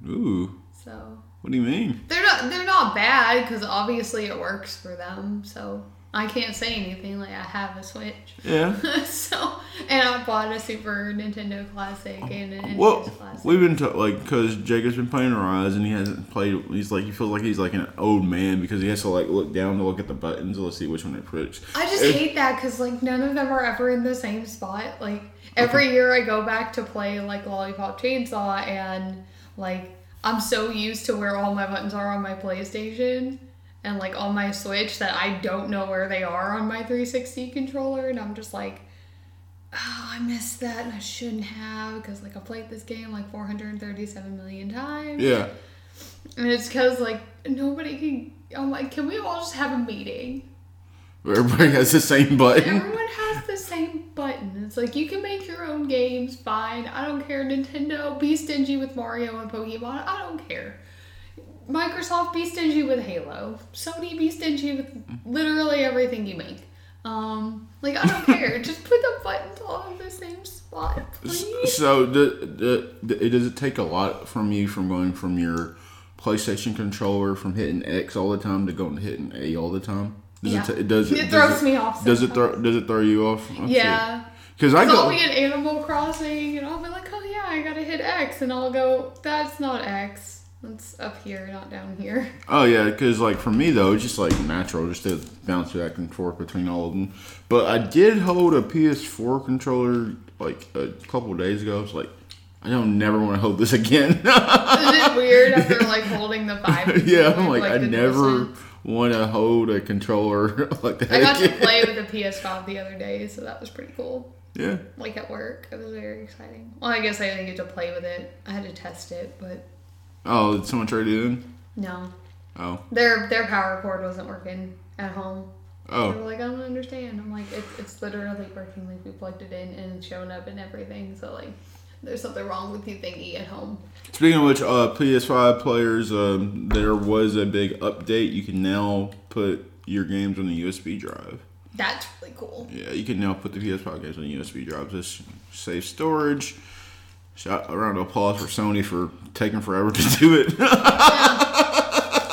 S1: ooh,
S2: So
S1: what do you mean?
S2: they're not they're not bad because obviously it works for them. So I can't say anything. Like I have a Switch. [laughs]
S1: Yeah.
S2: so and I bought a Super Nintendo Classic and an
S1: Well,
S2: NES Classic.
S1: we've been ta- like because Jacob's been playing Rise and he hasn't played. He's like he feels like he's like an old man because he has to like look down to look at the buttons to see which one it puts.
S2: I just
S1: It-
S2: hate that because like none of them are ever in the same spot. Like every year I go back to play like Lollipop Chainsaw and like I'm so used to where all my buttons are on my PlayStation and like on my Switch that I don't know where they are on my 360 controller and I'm just like oh I missed that and I shouldn't have because like I played this game like 437 million times.
S1: Yeah.
S2: And it's because like nobody can I'm like can we all just have a meeting?
S1: Everybody has the same button.
S2: Everyone has the same button. It's like you can make your own games, fine. I don't care. Nintendo, be stingy with Mario and Pokemon. I don't care. Microsoft, be stingy with Halo. Sony, be stingy with literally everything you make. Um, like I don't
S1: [laughs]
S2: care. Just put the buttons all in the same spot, please.
S1: So the, the, the, it does it take a lot from you from going from your PlayStation controller from hitting X all the time to going to hitting A all the time? Does
S2: Yeah.
S1: it, ta- does it,
S2: It
S1: does
S2: throws me off
S1: Does it throw Does it throw you off?
S2: Yeah.
S1: Because I
S2: So I'll
S1: go.
S2: be in Animal Crossing and I'll be like, oh yeah, I gotta hit X, and I'll go, that's not X. That's up here, not down here.
S1: Oh yeah, because like for me though, it's just like natural, just to bounce back and forth between all of them. But I did hold a PS4 controller like a couple days ago. I was like, I don't never want to hold this [laughs] again.
S2: Is it weird after like holding the
S1: [laughs]
S2: vibe?
S1: yeah, I'm like, I
S2: the
S1: never
S2: DualSense?
S1: want to hold a controller [laughs] like that.
S2: I got to
S1: again.
S2: play with the PS5 the other day, so that was pretty cool.
S1: Yeah,
S2: Like at work, it was very exciting. Well, I guess I didn't get to play with it. I had to test it, but
S1: Oh, did someone trade it in?
S2: no,
S1: Oh.
S2: their their power cord wasn't working at home. They were
S1: Oh.
S2: like, I don't understand. I'm like, it's, it's literally working. Like we plugged it in and it's showing up and everything. So like, there's something wrong with you thingy at home.
S1: Speaking of which, uh, PS5 players, um, there was a big update. You can now put your games on the USB drive.
S2: That's really
S1: [laughs]
S2: cool.
S1: Yeah, you can now put the PS5 games on USB drives. This saves storage. Shout around of applause for Sony for taking forever to [laughs] do it.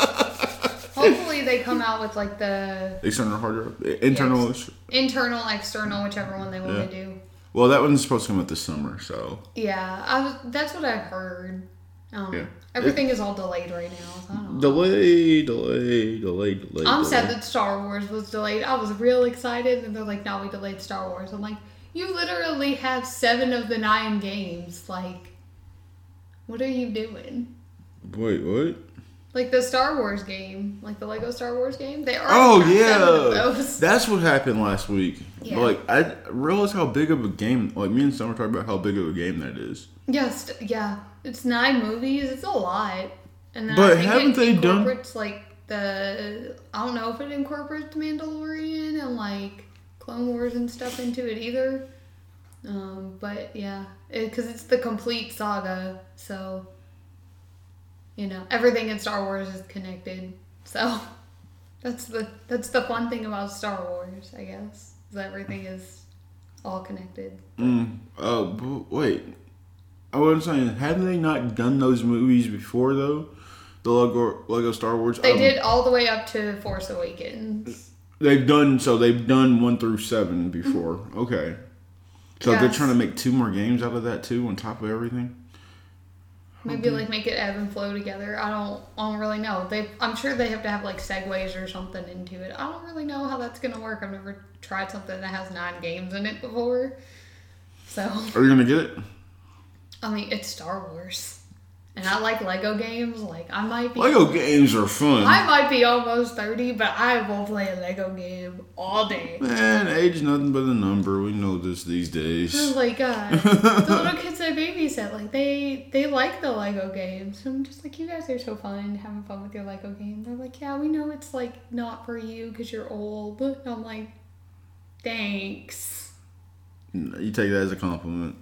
S2: Hopefully they come out with like the
S1: External hard drive, internal.
S2: internal, external, whichever one they want
S1: Yeah.
S2: to do.
S1: Well, that one's supposed to come out this summer, so
S2: Yeah, I was, that's what I've heard. Um,
S1: Yeah.
S2: Everything is all delayed right now. So I don't know.
S1: delay, delay, delay, delay.
S2: I'm
S1: delay.
S2: sad that Star Wars was delayed. I was real excited, and they're like, "No, we delayed Star Wars." I'm like, "You literally have seven of the nine games. Like, what are you doing?"
S1: Wait, what?
S2: Like the Star Wars game, like the Lego Star Wars game. They are.
S1: Oh
S2: [laughs] seven of
S1: yeah,
S2: those.
S1: that's what happened last week.
S2: Yeah.
S1: Like I realized how big of a game. Like me and Summer talked about how big of a game that is.
S2: Yes, yeah. It's nine movies. It's a lot. And then
S1: But
S2: I think
S1: haven't
S2: it
S1: they done-
S2: incorporates like the I don't know if it incorporates Mandalorian and like Clone Wars and stuff into it either. Um, but yeah, because it's the complete saga, so you know everything in Star Wars is connected. So [laughs] that's the that's the fun thing about Star Wars, I guess, is everything is all connected.
S1: Mm. Oh b- wait, I wasn't saying. Haven't they not done those movies before though? The Lego Lego Star Wars.
S2: They
S1: Um,
S2: did all the way up to Force Awakens.
S1: They've done so. They've done one through seven before. Okay. So they're
S2: Mm-hmm. Yes.
S1: trying to make two more games out of that too, on top of everything.
S2: Maybe like make it ebb and flow together. I don't, I don't really know. They, I'm sure they have to have like segues or something into it. I don't really know how that's gonna work. I've never tried something that has nine games in it before. So
S1: Are you gonna get it?
S2: I mean, it's Star Wars, and I like Lego games. Like I might be,
S1: Lego games are fun.
S2: I might be almost thirty, but I will play a Lego game all day.
S1: Man, age is nothing but a number. We know this these days.
S2: Oh my god. the little kids I babysit, like they they like the Lego games. I'm just like, you guys are so fun having fun with your Lego game. They're like, yeah, we know it's like not for you because you're old. And I'm like, thanks.
S1: You take that as a compliment,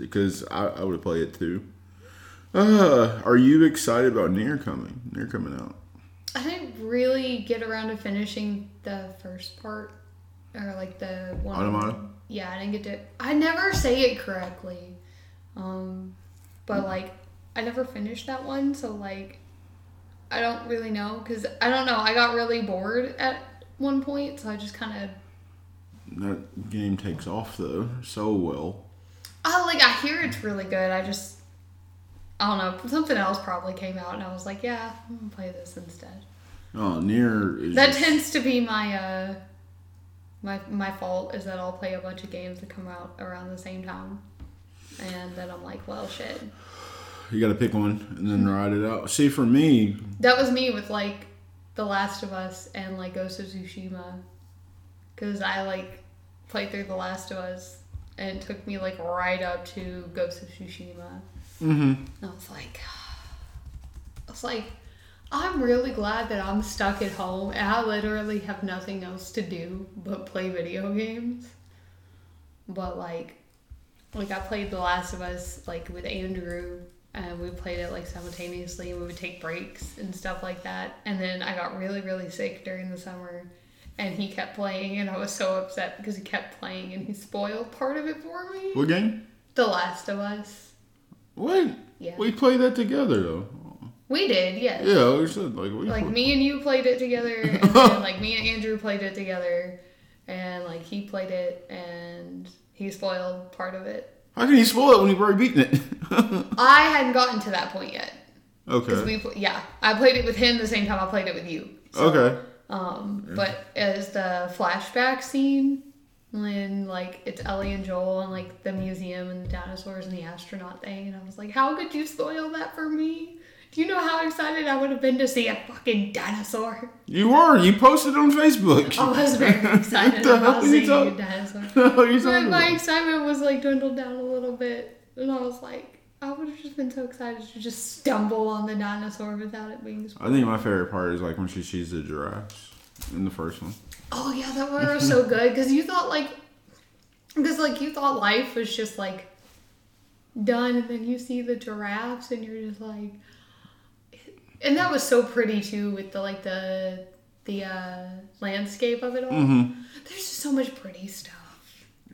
S1: because I, I would play it too. Uh, are you excited about Near coming? Near coming out?
S2: I didn't really get around to finishing the first part or like the one.
S1: Automata?
S2: Yeah, I didn't get to. I never say it correctly. Um, but like, I never finished that one, so like, I don't really know because I don't know. I got really bored at one point, so I just kind of.
S1: That game takes off though so well.
S2: Oh, like I hear it's really good. I just. I don't know. Something else probably came out, and I was like, "Yeah, I'm gonna play this instead."
S1: Oh, Near is
S2: That
S1: just-
S2: tends to be my uh my my fault is that I'll play a bunch of games that come out around the same time. And then I'm like, well shit.
S1: you got to pick one and then ride it out. See, for me,
S2: That was me with like The Last of Us and like Ghost of Tsushima. Cause I like played through The Last of Us and it took me like right up to Ghost of Tsushima.
S1: mm-hmm.
S2: And I was like, I was like, I'm really glad that I'm stuck at home and I literally have nothing else to do but play video games. But like, like I played The Last of Us like with Andrew and we played it like simultaneously and we would take breaks and stuff like that. And then I got really, really sick during the summer and he kept playing and I was so upset because he kept playing and he spoiled part of it for me.
S1: what game?
S2: The Last of Us.
S1: What?
S2: Yeah.
S1: We played that together though.
S2: We did, yes.
S1: Yeah, like I said like we.
S2: like me and you played it together and then, like me and andrew played it together and like he played it and he spoiled part of it
S1: How can you spoil it when you've already beaten it? [laughs]
S2: I hadn't gotten to that point yet. Because
S1: okay.
S2: we, pl- yeah, I played it with him the same time I played it with you.
S1: Okay.
S2: Um, but as the flashback scene when like it's Ellie and Joel and like the museum and the dinosaurs and the astronaut thing, and I was like, how could you spoil that for me? Do you know how excited I would have been to see a fucking dinosaur?
S1: You were. You posted on Facebook.
S2: I was very excited
S1: the hell
S2: about
S1: are you
S2: seeing a
S1: talking-
S2: dinosaur.
S1: [laughs] what are you talking
S2: But my
S1: about?
S2: excitement was like dwindled down a little bit, and I was like, I would have just been so excited to just stumble on the dinosaur without it being.
S1: I think my favorite part is like when she sees the giraffes in the first one.
S2: Oh yeah, that one was so good because you thought like, because like you thought life was just like done, and then you see the giraffes, and you're just like, and that was so pretty too with the like the the uh, landscape of it all. There's just so much pretty stuff.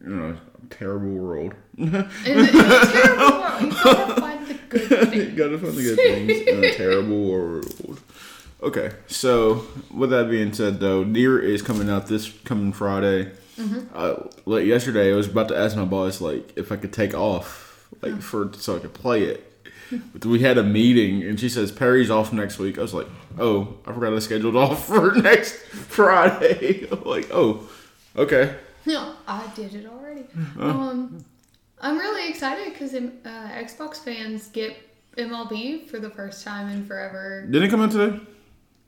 S1: You know, terrible world.
S2: And it,
S1: [laughs]
S2: it's terrible. world. You gotta find the good
S1: you
S2: thing.
S1: [laughs] gotta find the good things in a terrible world. Okay, so with that being said, though, Deer is coming out this coming Friday. Uh, like yesterday, I was about to ask my boss like if I could take off, like for so I could play it. But we had a meeting, and she says Perry's off next week. I was like, oh, I forgot I scheduled off [laughs] for next Friday. [laughs] I'm like, oh, okay.
S2: No, I did it already. Um, I'm really excited because uh, Xbox fans get MLB for the first time in forever.
S1: Didn't it come out today?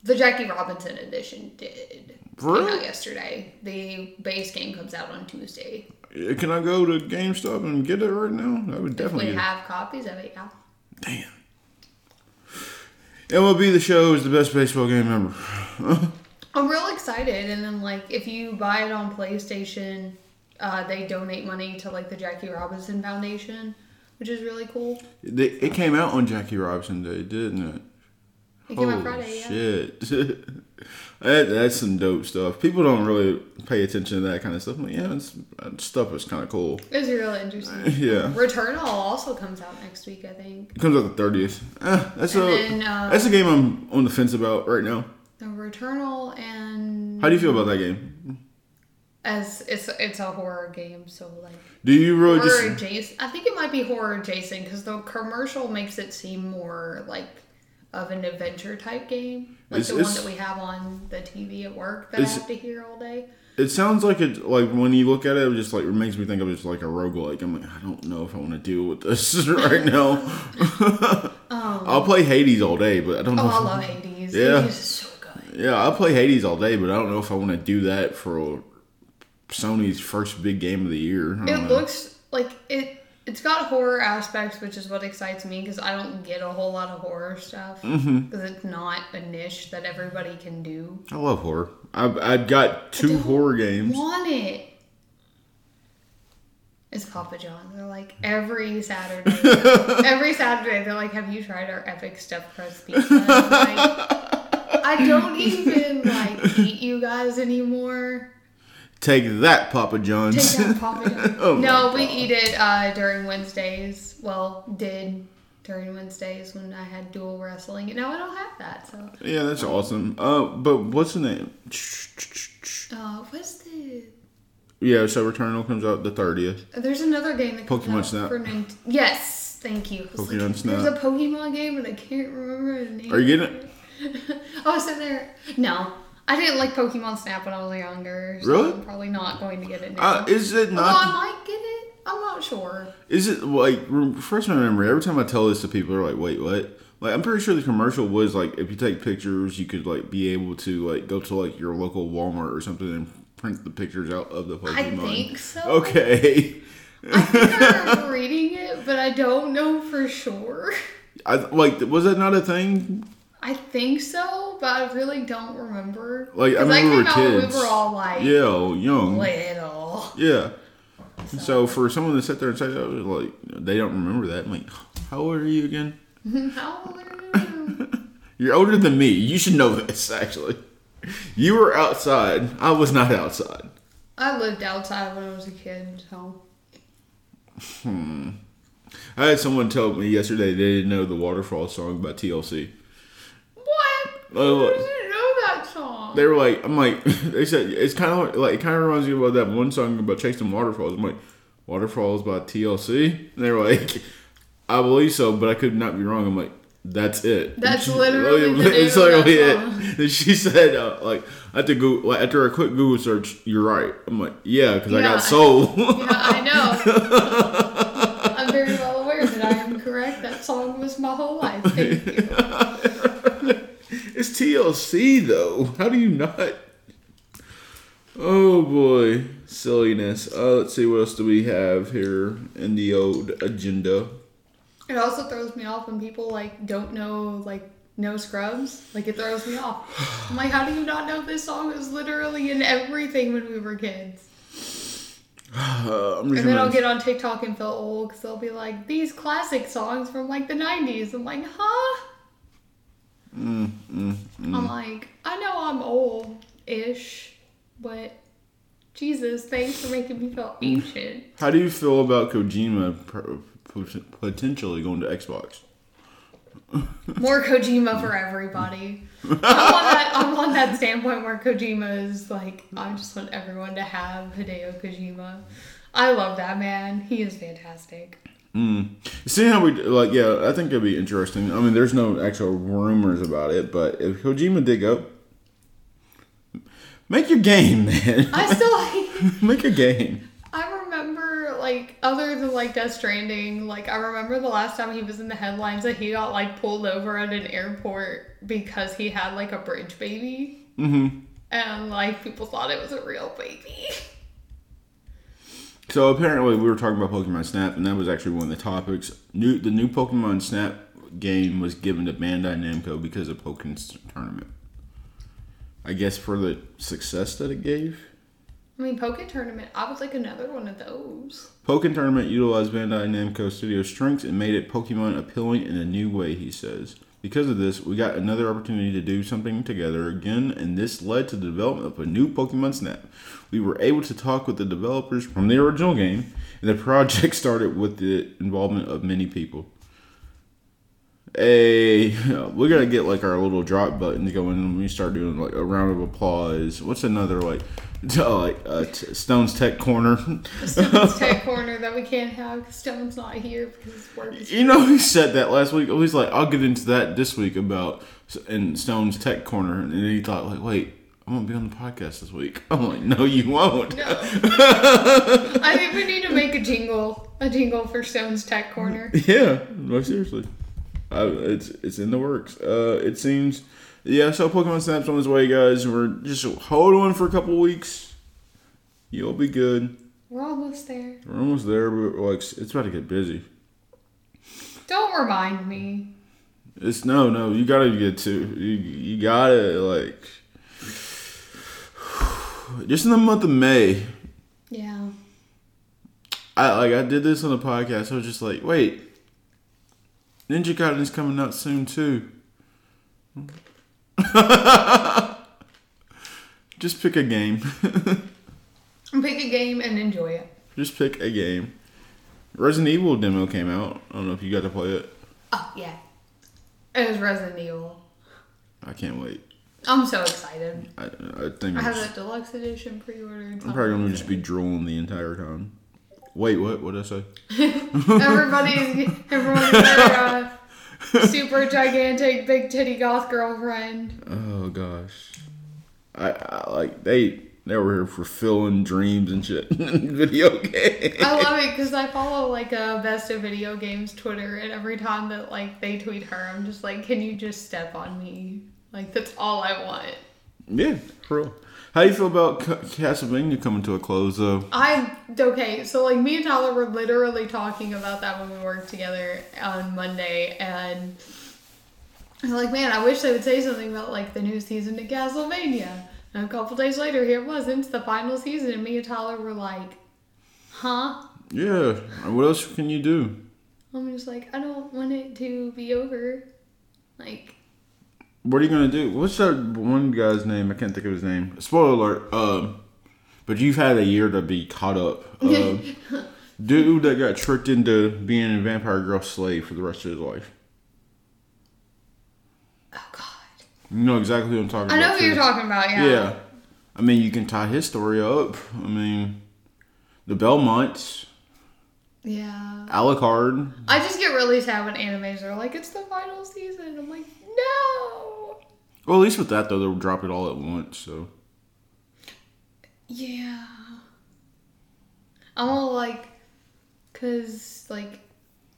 S2: The Jackie Robinson edition did.
S1: For
S2: Came
S1: real?
S2: out yesterday. The base game comes out on Tuesday.
S1: Uh, Can I go to GameStop and get it right now? I would definitely.
S2: We
S1: get it.
S2: have copies of it, yeah.
S1: Damn. MLB The Show is the best baseball game ever.
S2: I'm real excited. And then, like, if you buy it on PlayStation, uh, they donate money to, like, the Jackie Robinson Foundation, which is really cool.
S1: It, it came out on Jackie Robinson Day, didn't it?
S2: It came
S1: Holy
S2: out Friday, yeah.
S1: shit. [laughs] that, that's some dope stuff. People don't really pay attention to that kind of stuff. I'm like, yeah, it's, that stuff is kind of cool. [laughs]
S2: It was real interesting.
S1: Yeah.
S2: Returnal also comes out next week, I think.
S1: It comes out the 30th. Eh, that's, a,
S2: And then, uh,
S1: that's a game I'm on the fence about right now.
S2: The Returnal and
S1: How do you feel about that game?
S2: as it's it's a horror game, so like
S1: Do you really
S2: horror
S1: just.
S2: adjacent. I think it might be horror adjacent because the commercial makes it seem more like of an adventure type game, like
S1: It's-
S2: the one
S1: it's-
S2: that we have on the TV at work that I
S1: It's-
S2: have to hear all day.
S1: It sounds like it. Like when you look at it, it just like it makes me think of it as like a roguelike. I'm like, I don't know if I want to deal with this [laughs] right now. I'll play Hades all day, but I don't know.
S2: Oh,
S1: if
S2: I love Hades.
S1: Yeah.
S2: Hades is so good.
S1: yeah, I'll play Hades all day, but I don't know if I want to do that for Sony's first big game of the year. I don't
S2: It
S1: know.
S2: looks like it. It's got horror aspects, which is what excites me because I don't get a whole lot of horror stuff because it's not a niche that everybody can do.
S1: I love horror. I've, I've got two
S2: don't
S1: horror games.
S2: want it. It's Papa John. They're like every Saturday. every Saturday, they're like, "Have you tried our epic stuffed crust pizza?" And I'm like, I don't even like eat you guys anymore.
S1: Take that, Papa
S2: Take
S1: John's.
S2: that, Papa John.
S1: Oh my
S2: no, we eat it uh, during Wednesdays. Well, did during Wednesdays when I had dual wrestling. Now I don't have that. So,
S1: [laughs] yeah, that's awesome. Uh, but what's the name?
S2: uh, what's the?
S1: Yeah, so Returnal comes out the thirtieth.
S2: Uh, There's another game that comes
S1: Pokemon
S2: out
S1: Snap.
S2: For Nint- yes, thank you. It's
S1: Pokemon Snap.
S2: There's a Pokemon game, but I can't remember the name.
S1: Are you getting it?
S2: I was sitting there. No, I didn't like Pokemon Snap when I was younger. So
S1: Really?
S2: I'm probably not going to get it now.
S1: Uh, is it
S2: Although
S1: not?
S2: I might get it. I'm not sure.
S1: Is it like refresh my memory? Every time I tell this to people, they're like, "Wait, what?" Like I'm pretty sure the commercial was like, if you take pictures, you could like be able to like go to like your local Walmart or something and print the pictures out of the Pokemon.
S2: I think so.
S1: Okay. [laughs]
S2: I think I remember reading it, but I don't know for sure.
S1: I like was that not a thing?
S2: I think so, but I really don't remember.
S1: Like I
S2: 'Cause that
S1: remember we were
S2: came out when
S1: kids.
S2: we were all like
S1: yeah, oh, young.
S2: little. [laughs]
S1: Yeah. So. for someone to sit there and say that, like they don't remember that, I'm like, how old are you again?
S2: How old are you?
S1: You're older than me. You should know this. [laughs] Actually, you were outside. I was not outside.
S2: I lived outside when I was a kid, so
S1: I had someone tell me yesterday they didn't know the waterfall song by TLC.
S2: what?
S1: Oh,
S2: I didn't know that song.
S1: They were [laughs] like, I'm like, they said it's kind of like it kind of reminds me about that one song about chasing waterfalls. I'm like, Waterfalls by TLC. And they were like, I believe so, but I could not be wrong. I'm like, that's it. [laughs]
S2: That's literally the name
S1: it's
S2: of
S1: literally
S2: that song.
S1: it. [laughs] And she said, uh, like, after Google, like, after a quick Google search, you're right. I'm like, yeah, because I
S2: Yeah.
S1: got sold. [laughs]
S2: Yeah, I know. I'm very well aware that I am correct. That song was my whole life. Thank you.
S1: It's TLC though. How do you not? Oh boy, silliness. Uh, let's see what else do we have here in the old agenda.
S2: It also throws me off when people like don't know like no scrubs. Like it throws me off. I'm like, how do you not know this song was literally in everything when we were kids?
S1: Uh, I'm just
S2: And then I'll
S1: gonna-
S2: get on TikTok and feel old because they'll be like, these classic songs from like the 90s. I'm like, huh? I'm like, I know I'm old ish, but Jesus, thanks for making me feel ancient.
S1: How do you feel about Kojima pro- pot- potentially going to Xbox?
S2: More Kojima for everybody. I'm on that, I'm on that standpoint where Kojima is like, I just want everyone to have Hideo Kojima. I love that man. He is fantastic.
S1: See how we like? Yeah, I think it'd be interesting. I mean, there's no actual rumors about it, but if Kojima did go, make your game, man.
S2: I still [laughs]
S1: [laughs]
S2: like.
S1: make your game.
S2: I remember, like, other than like Death Stranding, like I remember the last time he was in the headlines that he got like pulled over at an airport because he had like a bridge baby,
S1: Mm-hmm.
S2: and like people thought it was a real baby.
S1: So apparently, we were talking about Pokemon Snap, and that was actually one of the topics. New the new Pokemon Snap game was given to Bandai Namco because of Pokemon's tournament. I guess for the success that it gave.
S2: I mean, Poké tournament. I would like another one of those.
S1: Pokemon Tournament utilized Bandai Namco Studio's strengths and made it Pokemon appealing in a new way, he says. Because of this, we got another opportunity to do something together again, and this led to the development of a new Pokemon Snap. We were able to talk with the developers from the original game, and the project [laughs] started with the involvement of many people. Hey, [laughs] we're gonna get like our little drop buttons going, and we start doing like a round of applause. What's another like, [laughs] uh, like uh, t- Stone's Tech Corner? [laughs]
S2: The Stone's Tech corner that we can't have because Stone's not here because his work is.
S1: You know, he said that last week. Oh, He's like, I'll get into that this week about in Stone's Tech Corner, and then he thought, like, wait, I'm gonna be on the podcast this week. [laughs] I'm like, no, you won't.
S2: No. I think we need to make a jingle, a jingle for Stone's Tech corner.
S1: [laughs] Yeah, no, seriously, I, it's it's in the works. Uh, it seems, yeah. So Pokemon Snap's on its way, guys. We're just hold on for a couple weeks. You'll be good.
S2: We're almost there.
S1: We're almost there, but like, it's about to get busy.
S2: Don't remind me.
S1: It's no, no. You gotta get to. You, you gotta like. Just in the month of May,
S2: Yeah.
S1: I like I did this on the podcast. I was just like, wait, Ninja Gaiden is coming out soon too. [laughs] just pick a game. [laughs]
S2: Pick a game and enjoy it.
S1: just pick a game. Resident Evil demo came out. I don't know if you got to play it.
S2: Oh, yeah. It was Resident Evil.
S1: I can't wait.
S2: I'm so excited.
S1: I, I think
S2: I
S1: I'm
S2: have
S1: just-
S2: that deluxe edition pre ordered.
S1: I'm probably gonna just be drooling the entire time. Wait, what? What did I say?
S2: Everybody's,
S1: [laughs]
S2: everyone's their uh, super gigantic big titty goth girlfriend.
S1: Oh gosh, I, I like they they were here fulfilling dreams and shit. [laughs] Video game.
S2: I love it because I follow like a best of video games Twitter, and every time that like they tweet her, I'm just like, can you just step on me? Like that's all I want.
S1: Yeah, for real. How do you feel about Ca- Castlevania coming to a close though?
S2: I okay, so like me and Tyler were literally talking about that when we worked together on Monday, and I was like, man, I wish they would say something about like the new season to Castlevania. And a couple days later, here it was, and it's the final season, and me and Tyler were like, huh?
S1: Yeah. What else can you do?
S2: I'm just like, I don't want it to be over. Like,
S1: What are you gonna do? What's that one guy's name? I can't think of his name. Spoiler alert. Um, but you've had a year to be caught
S2: [laughs]
S1: up. Um, dude that got tricked into being a vampire girl slave for the rest of his life.
S2: oh god.
S1: You know exactly who I'm talking
S2: I
S1: about.
S2: know who
S1: too.
S2: you're talking about, yeah.
S1: Yeah. I mean, you can tie his story up. I mean, the Belmonts.
S2: Yeah.
S1: Alucard.
S2: I just get really sad when animes are like, it's the final season. I'm like, no.
S1: Well, at least with that though, they'll drop it all at once. So
S2: Yeah. I'm all like, cause like,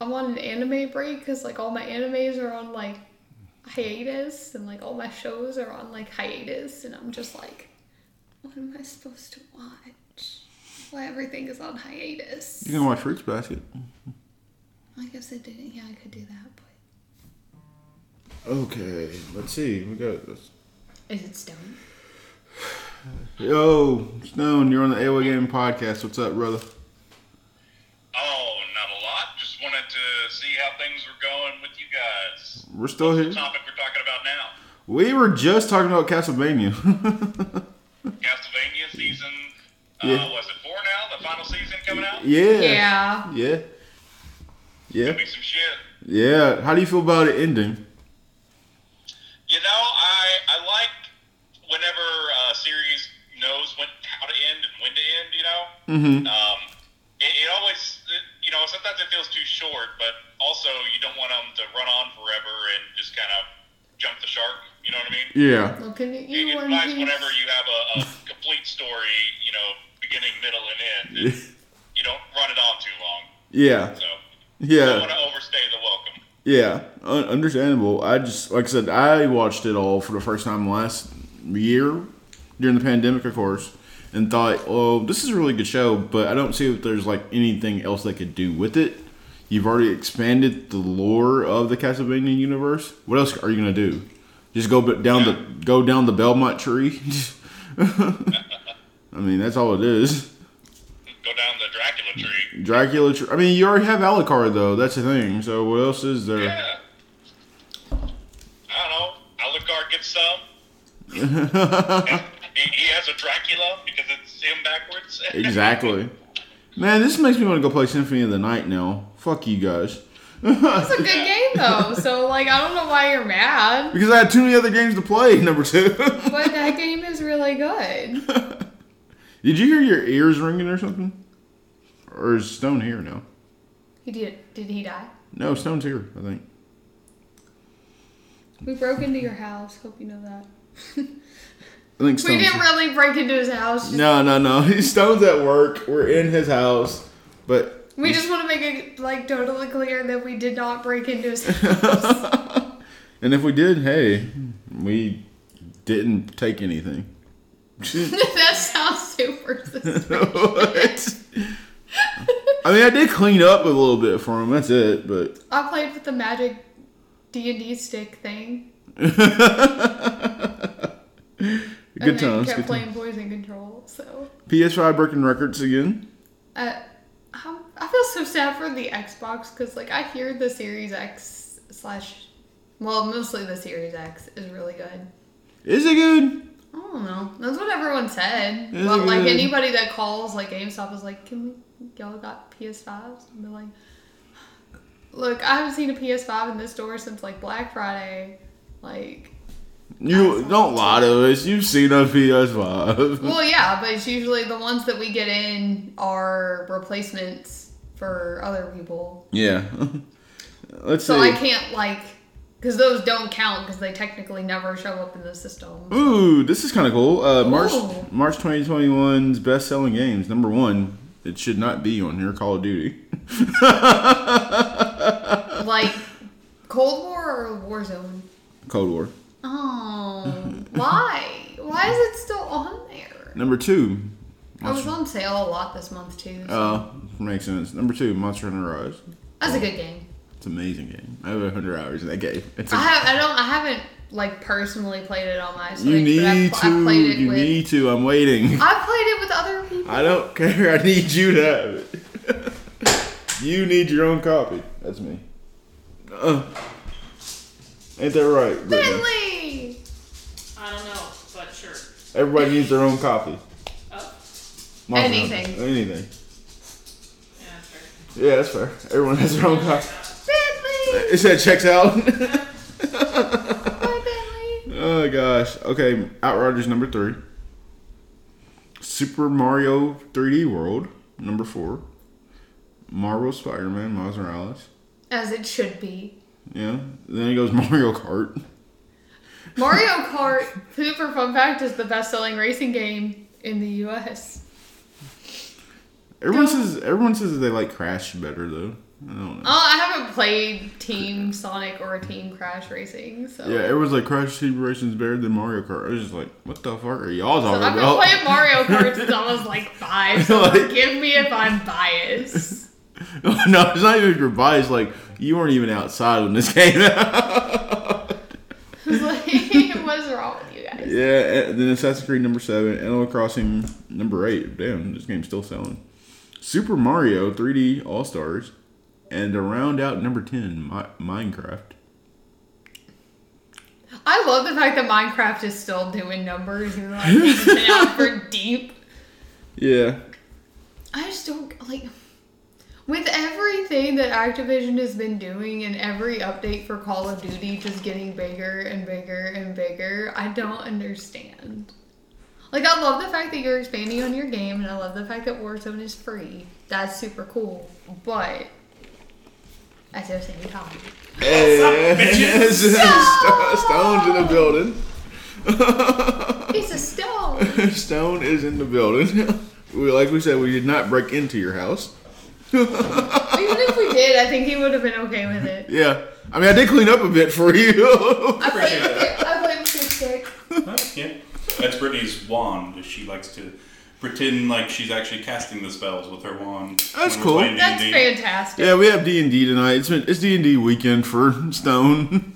S2: I'm on an anime break, cause like all my animes are on like hiatus, and like all my shows are on like hiatus, and I'm just like, what am I supposed to watch? Why everything is on hiatus?
S1: you can watch Fruits Basket.
S2: I guess I didn't. Yeah, I could do that, but
S1: Okay, let's see. We got this.
S2: is it stone?
S1: Yo, Stone, you're on the AOA Gaming Podcast. What's up, brother?
S4: Oh, not a lot. Just wanted to see how things were going with you guys.
S1: We're still here.
S4: The topic we're talking about now
S1: We were just talking about Castlevania. [laughs]
S4: Castlevania season. Uh,
S1: Yeah.
S4: Was it four now? The final season coming out?
S1: yeah.
S2: Yeah.
S1: Yeah. Yeah.
S4: Be some shit.
S1: Yeah. How do you feel about it ending?
S4: You know, I I like whenever a series knows when how to end and when to end. You know,
S1: Mm-hmm.
S4: um, it, it always it, you know sometimes it feels too short, but also you don't want them to run on forever and just kind of jump the shark. You know what I mean?
S1: Yeah.
S2: Looking at
S4: It-
S2: you,
S4: it's
S2: One
S4: nice
S2: Piece.
S4: whenever you have a, a complete story, you know, beginning, middle, and end. And you don't run it on too long.
S1: Yeah.
S4: So you don't want
S1: Yeah.
S4: to overstay the welcome.
S1: Yeah. Un- understandable. I just like I said, I watched it all for the first time last year during the pandemic, of course, and thought, oh, this is a really good show, but I don't see if there's like anything else they could do with it. You've already expanded the lore of the Castlevania universe. What else are you gonna do? Just go b- down the go down the Belmont tree. [laughs] I mean, that's all it is.
S4: Go down the Dracula tree.
S1: Dracula. Tr- I mean, you already have Alucard though. That's the thing. So what else is there?
S4: Yeah. I don't know. Alucard gets some. he, he has a Dracula because it's him backwards.
S1: Exactly. Man, this makes me want to go play Symphony of the Night now. Fuck you guys. [laughs]
S2: It's a good game though, so like I don't know why you're mad,
S1: Because I had too many other games to play, [laughs] number two.
S2: but that game is really good.
S1: Did you hear your ears ringing or something? Or is Stone here now?
S2: He did. Did he die?
S1: No, Stone's here, I think.
S2: We broke into your house. Hope you know that.
S1: I
S2: [laughs]
S1: think
S2: We
S1: Stone's
S2: didn't
S1: here.
S2: really break into his house. just-
S1: No, no, no. [laughs] Stone's at work. We're in his house. But
S2: We just want to make it like totally clear that we did not break
S1: [laughs]
S2: into his [laughs] house.
S1: and if we did, hey, we didn't take
S2: [laughs]
S1: anything.
S2: that sounds super suspicious.
S1: what? I mean, I did clean up a little bit for him. That's it, but [laughs]
S2: I played with the magic D and D stick thing.
S1: good
S2: and then
S1: times.
S2: Kept
S1: Good
S2: playing
S1: times.
S2: Boys in Control. So
S1: PS5 breaking records again.
S2: uh, I'm, I feel so sad for the Xbox because like I hear the Series X slash, well mostly the Series X is really good.
S1: Is it good?
S2: I don't know. That's what everyone said.
S1: Is
S2: But
S1: it
S2: like
S1: good?
S2: anybody that calls like GameStop is like, can we y'all got PS5s? And they're like, [sighs] look, I haven't seen a PS5 in this store since like Black Friday. Like,
S1: You don't lie to us. You've seen a PS5.
S2: well, yeah, but it's usually the ones that we get in are replacements for other people.
S1: [laughs] Yeah. Let's
S2: So I
S1: see.
S2: can't like, because those don't count because they technically never show up in the
S1: [laughs]
S2: system.
S1: Ooh, this is kind of cool. Uh, March
S2: Ooh.
S1: March 2021's best selling games. Number one, it should not be on here. Call of Duty. [laughs]
S2: Like, Cold War or Warzone?
S1: Cold War. [laughs]
S2: Oh, why? Why is it still on there?
S1: Number two.
S2: It was on sale a lot this month too. so-
S1: Uh, makes sense. Number two, Monster Hunter Rise.
S2: That's a good game.
S1: It's an amazing game. I have 100 hours in that game. It's a-
S2: I have. I don't. I haven't like personally played it on my Switch.
S1: you
S2: but I've,
S1: need
S2: pl- I've
S1: to.
S2: played it
S1: You
S2: with.
S1: need to. I'm waiting. [laughs]
S2: [laughs] I've played it with other people.
S1: I don't care. I need you to have it. [laughs] you need your own copy. That's me. Uh, ain't that right? Brittany?
S2: Finley.
S5: I don't know, but sure.
S1: Everybody needs their own copy.
S5: Oh,
S1: Mine don't.
S2: Anything.
S1: Anything.
S5: yeah, sure.
S1: Yeah, that's fair. Everyone has their own copy.
S2: Finley.
S1: It said checks out. [laughs]
S2: Hi, Finley.
S1: oh gosh. Okay, Outriders number three. Super Mario 3D World number four. Marvel Spider-Man, Miles Morales.
S2: As it should be.
S1: Yeah. Then he goes [laughs] Mario Kart.
S2: Mario Kart, super fun fact, is the best selling racing game in the US.
S1: Everyone
S2: Don't-
S1: says everyone says that they like Crash better though. I don't know.
S2: Oh, I haven't played Team Sonic or Team Crash Racing, so.
S1: Yeah, everyone's like Crash Team Racing's better than Mario Kart. I was just like, what the fuck are y'all
S2: So
S1: talking
S2: I've been
S1: about?
S2: playing Mario Kart since I
S1: [laughs]
S2: was like five, so
S1: Like-
S2: forgive me if I'm biased. [laughs]
S1: [laughs] no, it's not even your bias. Like you weren't even outside when this came out.
S2: It's like, [laughs] what's wrong with you guys?
S1: yeah, and then Assassin's Creed number seven, Animal Crossing number eight. Damn, this game's still selling. Super Mario 3D All Stars, and to round out number ten, Mi- Minecraft.
S2: I love the fact that Minecraft is still doing numbers
S1: [laughs]
S2: and like it's been out for deep.
S1: Yeah,
S2: I just don't like with everything that Activision has been doing and every update for Call of Duty just getting bigger and bigger and bigger. I don't understand. Like I love the fact that you're expanding on your game and I love the fact that Warzone is free. That's super cool. But at the same time.
S1: Hey, [laughs] Stone's Eh, in the building. [laughs]
S2: It's a stone.
S1: Stone is in the building. [laughs] We, like we said, we did not break into your house.
S2: Even if we did, I think he would have been okay with it.
S1: Yeah, I mean, I did clean up a bit for [laughs] you.
S2: I played with your, I played with your stick.
S6: That's- yeah. That's Brittany's wand. She likes to pretend like she's actually casting the spells with her wand.
S1: That's
S6: when we're
S1: cool.
S6: playing
S2: That's
S6: D&D.
S2: fantastic.
S1: yeah, we have D and D tonight. It's been, it's D and D weekend for [laughs] Stone.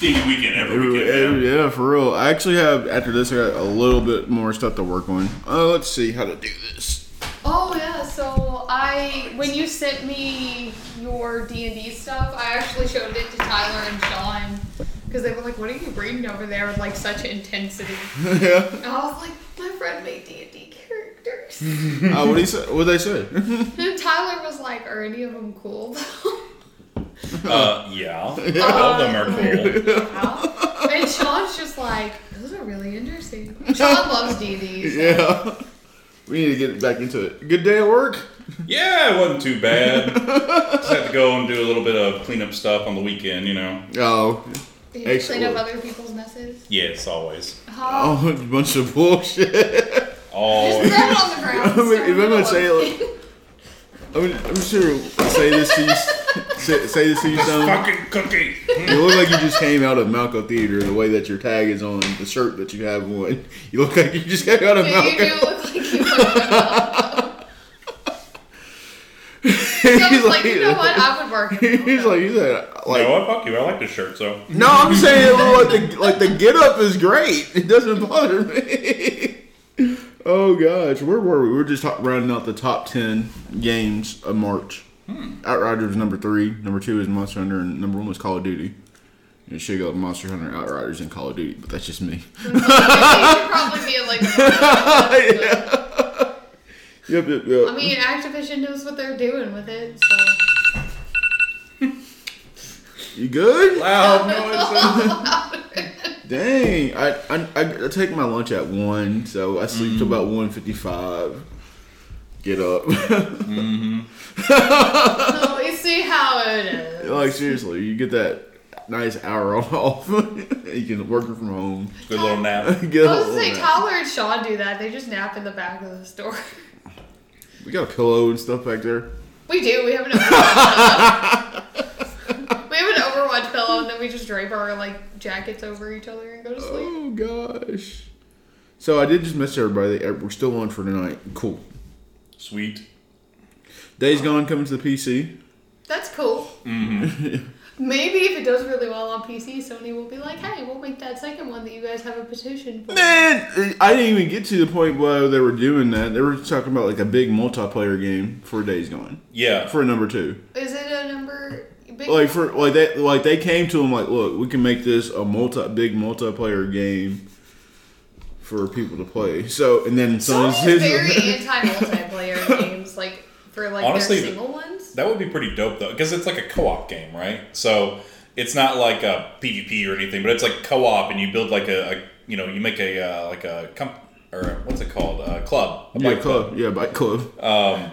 S6: D&D weekend every
S1: yeah.
S6: weekend. yeah.
S1: for real. I actually have after this, I got a little bit more stuff to work on. Uh, let's see how to do this. [laughs]
S2: Oh yeah, so I when you sent me your D and D stuff, I actually showed it to Tyler and Sean because they were like, "What are you reading over there with like such intensity?"
S1: yeah.
S2: And I was like, "My friend made D and D characters."
S1: Uh, what do you say? What they say? [laughs]
S2: and Tyler was like, "Are any of them cool?"
S6: Uh, yeah. All of them are cool.
S2: Wow. Um, and Sean's just like, "Those are really interesting." Sean loves D and D.
S1: yeah. We need to get back into it. Good day at work.
S6: Yeah, it wasn't too bad. Just had to go and do a little bit of cleanup stuff on the weekend, you know.
S1: Oh,
S2: Did you clean up
S1: Excellent.
S2: other people's messes?
S6: Yes, always.
S2: Huh?
S1: oh, [laughs] a bunch of bullshit.
S2: Just
S6: Always.
S2: throw it on the ground.
S1: I mean, if
S2: Start
S1: I'm gonna
S2: another
S1: say
S2: [laughs] one.
S1: it, I'm, I'm sure say this to you. [laughs] Say, say this to you, Stone.
S6: Fucking cookie.
S1: You look like you just came out of Malco Theater. The way that your tag is on the shirt that you have on, [laughs] you look like you just came out of
S2: Yeah, you do
S1: Malco.
S2: look like you
S1: [laughs]
S2: He's like, you know what? I would work. in
S1: He's
S2: Malco."
S1: like, he's like, like
S6: no, I fuck you. I like this shirt, so.
S1: no, I'm saying like the like the get up is great. It doesn't bother me. [laughs] oh gosh, where were we? We were just talk, rounding out the top ten games of March. Outriders number three, number two is Monster Hunter, and number one was Call of Duty. It should go Monster Hunter, Outriders, and Call of Duty, but that's just me. [laughs]
S2: You should probably be in like.
S1: yeah. Yep, yep, yep.
S2: I mean, Activision knows what they're doing with it. So.
S1: you good?
S6: Loud noises.
S1: [laughs] Dang, I, I I I take my lunch at one, so I sleep till about one fifty five. Get up. [laughs]
S2: so we see how it
S1: [laughs]
S2: is.
S1: like seriously, you get that nice hour [laughs] off. you can work from home.
S6: Good little
S1: Get a
S2: I
S6: nap.
S2: was
S1: little
S2: gonna say
S1: nap.
S2: Tyler and Sean do that. They just nap in the back of the store. [laughs]
S1: we got a pillow and stuff back there.
S2: We do. We have an Overwatch
S1: [laughs]
S2: pillow. we have an Overwatch pillow, and then we just drape our like jackets over each other and go to sleep.
S1: Oh gosh. So I did just miss everybody. Eh, We're still on for tonight. Cool.
S6: Sweet.
S1: Days gone coming to the PC.
S2: That's cool.
S1: Mm-hmm. [laughs]
S2: Maybe if it does really well on PC, Sony will be like, "Hey, we'll make that second one that you guys have a petition for."
S1: Man, I didn't even get to the point where they were doing that. They were talking about like a big multiplayer game for Days Gone
S6: Yeah.
S1: for number two.
S2: Is it a number? Big
S1: Like for like that like they came to him like, look, we can make this a multi big multiplayer game for people to play. So and then
S2: Sony's
S1: Sony's
S2: very anti-multiplayer
S6: [laughs]
S2: games, like for like
S6: Honestly,
S2: their single ones.
S6: That would be pretty dope though, because it's like a co-op game, right? So it's not like a PvP or anything, but it's like co-op, and you build like a, a you know, you make a uh, like a comp or what's it called, a club,
S1: [laughs]
S6: a
S1: yeah,
S6: [laughs] bike club,
S1: club. Yeah, bike club.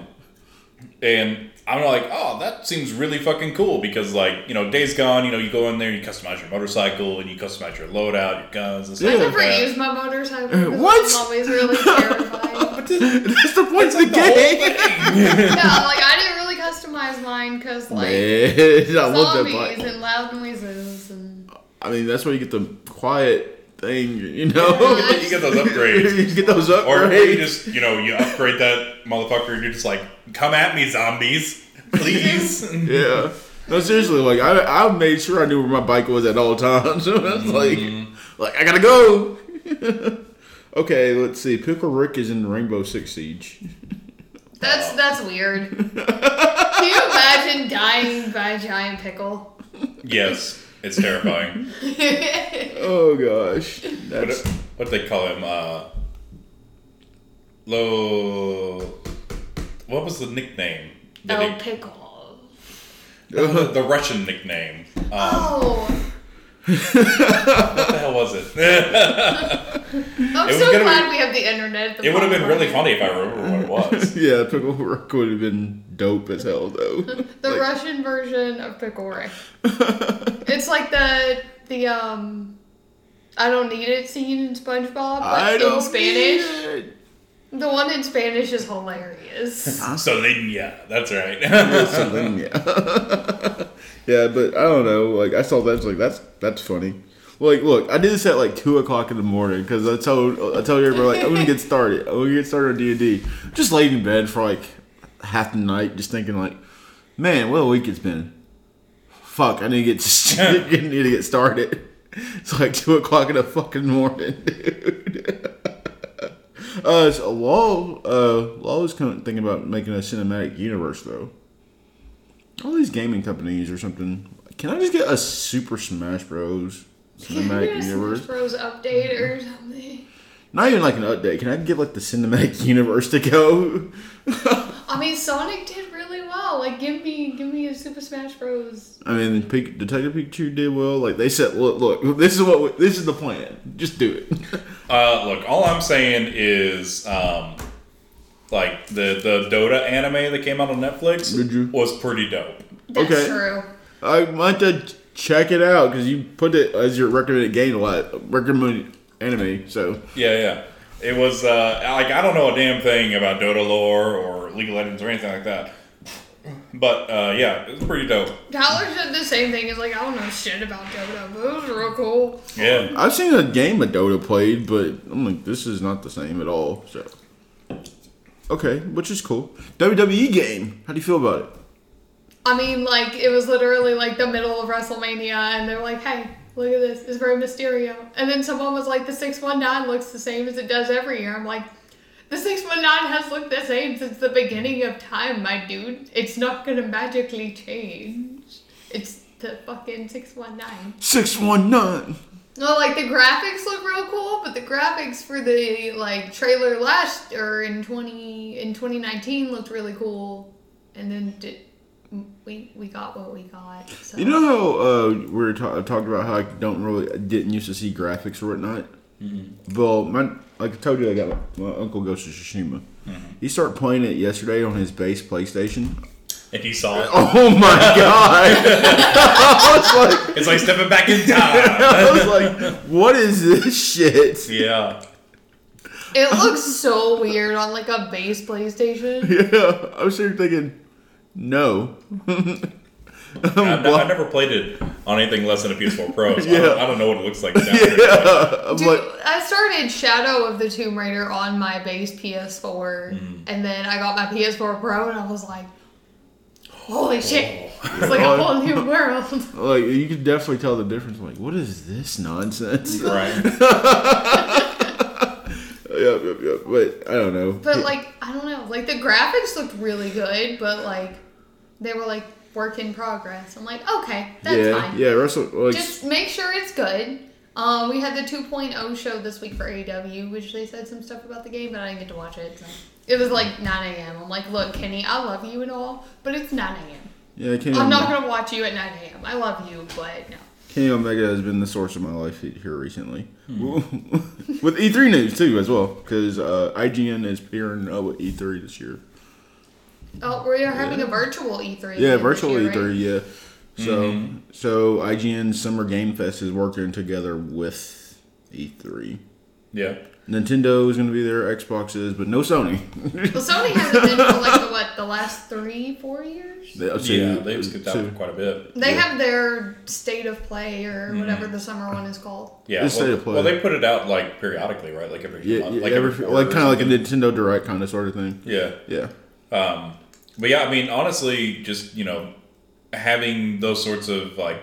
S6: and I'm like, oh, that seems really fucking cool because, like, you know, Days Gone, you know, you go in there, you customize your motorcycle, and you customize your loadout, your guns, and stuff
S2: I
S1: Yeah.
S6: like
S2: never
S6: that. Uh,
S2: use my motorcycle.
S1: What?
S2: It's always
S6: [laughs]
S1: [laughs]
S2: really terrifying.
S6: But this-
S1: That's the point of the
S6: the
S1: [laughs]
S6: whole
S1: game.
S6: thing.
S2: no, like I didn't really customize mine because like
S1: Man, I love that
S2: zombies
S1: part.
S2: and loud noises and
S1: I mean, that's where you get the quiet thing, you know?
S2: Yeah.
S6: [laughs] you get those
S1: [laughs]
S6: upgrades.
S1: you get those
S6: Or you
S1: upgrades.
S6: just, you know, you upgrade that motherfucker and you're just like, come at me, zombies. Please.
S1: Yeah. No, seriously, like I, I made sure I knew where my bike was at all times. [laughs] So that's like, like I gotta go. [laughs] okay, let's see. Pickle Rick is in Rainbow Six Siege.
S6: Oh.
S2: that's that's
S6: [laughs]
S2: weird. Can you imagine dying by a giant
S6: [laughs]
S2: pickle?
S6: yes, it's terrifying.
S1: Oh gosh,
S6: What,
S1: that's [laughs]
S6: what do they call him? Uh, low. What was the nickname? The,
S2: oh,
S6: nick-
S2: pickle.
S6: the, the Russian nickname. Um,
S2: Oh,
S6: What the hell was it? [laughs]
S2: I'm
S6: It was
S2: so
S6: gonna
S2: glad
S6: be-
S2: we have the internet. At the
S6: it would have been
S2: moment.
S6: really funny if I remember what it
S1: [laughs]
S6: was.
S1: yeah. Pickle Rick would have been dope as hell though.
S2: [laughs] The
S1: Like-
S2: Russian version of pickle
S1: [laughs]
S2: Rick. It's like the the um. I don't need it scene in SpongeBob, but
S1: I
S2: in
S1: don't
S2: Spanish.
S1: need it.
S2: The one in Spanish is hilarious.
S1: [laughs]
S6: So then, yeah, that's right. [laughs]
S1: something. [laughs] Yeah. yeah, but I don't know. Like I saw that, I was like that's that's funny. Like, look, I did this at like two o'clock in the morning because I told I told everybody like I'm gonna get started. I'm gonna get started on D and D. Just laid in bed for like half the night, just thinking like, man, what a week it's been. Fuck, I need to get I [laughs] need to get started. It's like two o'clock in the fucking morning, dude. [laughs] uh, so Law, uh, Law is kind of thinking about making a cinematic universe though all these gaming companies or something. Can I just get a Super Smash Bros. cinematic
S2: [laughs] Yeah,
S1: universe?
S2: Smash Bros. update or something.
S1: Not even like an update. Can I get like the cinematic [laughs] universe to go?
S2: I mean, Sonic did really well. Like, give me, give me a Super Smash Bros.
S1: I mean, Pe- Detective Pikachu did well. Like they said, look, look, this is what we- this is the plan. Just do it. [laughs]
S6: Uh, look, all I'm saying is, um, like the the Dota anime that came out on Netflix
S1: Did you?
S6: was pretty dope.
S2: That's
S1: Okay.
S2: true.
S1: I want to check it out because you put it as your recommended game a lot. Recommended anime. So
S6: Yeah, yeah. It was uh, like I don't know a damn thing about Dota lore or League of Legends or anything like that, but uh, yeah, it was pretty dope.
S2: Tyler said the same thing. He's like, I don't know shit about Dota, but it was real cool.
S6: Yeah, [laughs]
S1: I've seen a game of Dota played, but I'm like, this is not the same at all. So okay, which is cool. WWE game. How do you feel about it?
S2: I mean, like, it was literally like the middle of WrestleMania, and they're like, hey, look at this. It's very Mysterio. And then someone was like, the 619 looks the same as it does every year. I'm like, the 619 has looked the same since the beginning of time, my dude. It's not gonna magically change. It's the fucking 619.
S1: Six one nine.
S2: No, like the graphics look real cool, but the graphics for the like trailer last or in twenty in twenty nineteen looked really cool, and then did, we we got what we got. So.
S1: You know how uh, we were ta- talking about how I don't really I didn't used to see graphics or whatnot. Well, my like I told you, I got my, my uncle goes to Shishima. He started playing it yesterday on his base PlayStation. [laughs]
S6: and he saw it.
S1: Oh my god! [laughs] I was like,
S6: [laughs] It's like stepping back in time.
S1: I was like, what is this shit? [laughs]
S6: [laughs] yeah,
S2: it looks so weird on like a base PlayStation.
S1: [laughs] Yeah, I was sitting here thinking, no.
S6: I've, ne- I've never played it on anything less than a PS4 Pro. So I,
S1: [laughs]
S6: don't,
S1: Yeah.
S6: I don't know what it looks like. Down there.
S1: [laughs] yeah, I'm
S2: Dude,
S1: like,
S2: I started Shadow of the Tomb Raider on my base PS4, and then I got my PS4 Pro, and I was like, holy shit!
S1: [laughs]
S2: It's like
S1: Oh.
S2: a whole new world.
S1: like you could definitely tell the difference. like, what is this nonsense? [laughs]
S6: Right.
S1: yep, yep, yep. But I don't know.
S2: But like I don't know, like the graphics looked really good, but like they were like work in progress. I'm like, okay, that's
S1: yeah,
S2: fine.
S1: yeah, Russell. Like,
S2: Just make sure it's good. Um, we had the 2.0 show this week for AEW, which they said some stuff about the game, but I didn't get to watch it. So. It was like 9 a.m. I'm like, look, Kenny, I love you and all, but it's 9 a.m.
S1: yeah, Kenny,
S2: I'm not
S1: Omega,
S2: gonna watch you at 9 a.m. I love you, but no.
S1: Kenny Omega has been the source of my life he- here recently,
S6: Hmm.
S1: [laughs] with E E E3 news too as well, because uh, IGN is pairing up with E3 this year.
S2: Oh, we are having a virtual E3.
S1: Yeah,
S2: this
S1: virtual E
S2: year,
S1: E3.
S2: right?
S1: Yeah. So
S6: Mm-hmm.
S1: so IGN Summer Game Fest is working together with E3.
S6: Yeah.
S1: Nintendo is going to be there, Xbox is, but no Sony. [laughs]
S2: Well, Sony hasn't been for like the what the last three, four years.
S1: They- I'd say-
S6: Yeah, they've skipped out
S1: so-
S6: quite a bit.
S2: They
S1: Yeah. Mm-hmm.
S2: have their state of play or whatever the summer one is called.
S6: Yeah,
S1: This
S6: well,
S1: state of play.
S6: well, they put it out like periodically, right? Like every
S1: Yeah,
S6: month,
S1: yeah,
S6: like
S1: every-
S6: every
S1: like
S6: quarter
S1: kind
S6: or
S1: of like a
S6: something.
S1: Nintendo Direct kind of sort of thing.
S6: yeah.
S1: Yeah.
S6: Um, but yeah, I mean, honestly, just you know, having those sorts of like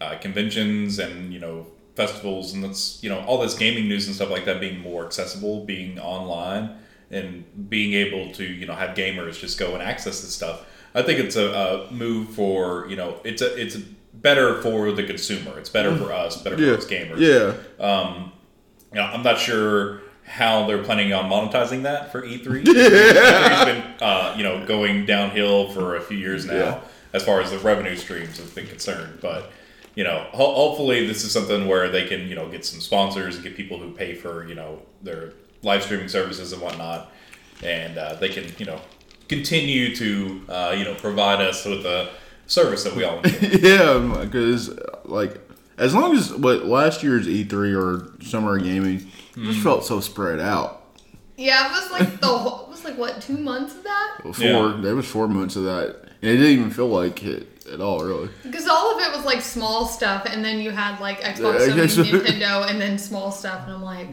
S6: uh, conventions and you know festivals and that's you know all this gaming news and stuff like that being more accessible, being online, and being able to you know have gamers just go and access this stuff. I think it's a, a move for you know it's a it's better for the consumer. It's better for us. Better
S1: Mm. Yeah.
S6: for us gamers.
S1: Yeah.
S6: You know, I'm not sure how they're planning on monetizing that for E E3. E3's been, uh, you know, going downhill for a few years now
S1: Yeah.
S6: as far as the revenue streams have been concerned. But you know, ho- hopefully this is something where they can you know get some sponsors and get people who pay for you know their live streaming services and whatnot, and uh, they can you know continue to uh, you know provide us with a service that we all enjoy.
S1: Yeah, because like as long as what last year's E3 or Summer of Gaming just felt so spread out.
S2: Yeah, it was like the whole, it was like what two months of that
S1: Well, Four
S6: Yeah.
S1: there was four months of that, and it didn't even feel like it at all, really.
S2: because all of it was like small stuff, and then you had like Xbox,
S1: Yeah, I guess-
S2: Sony, Nintendo, and then small stuff, and I'm like,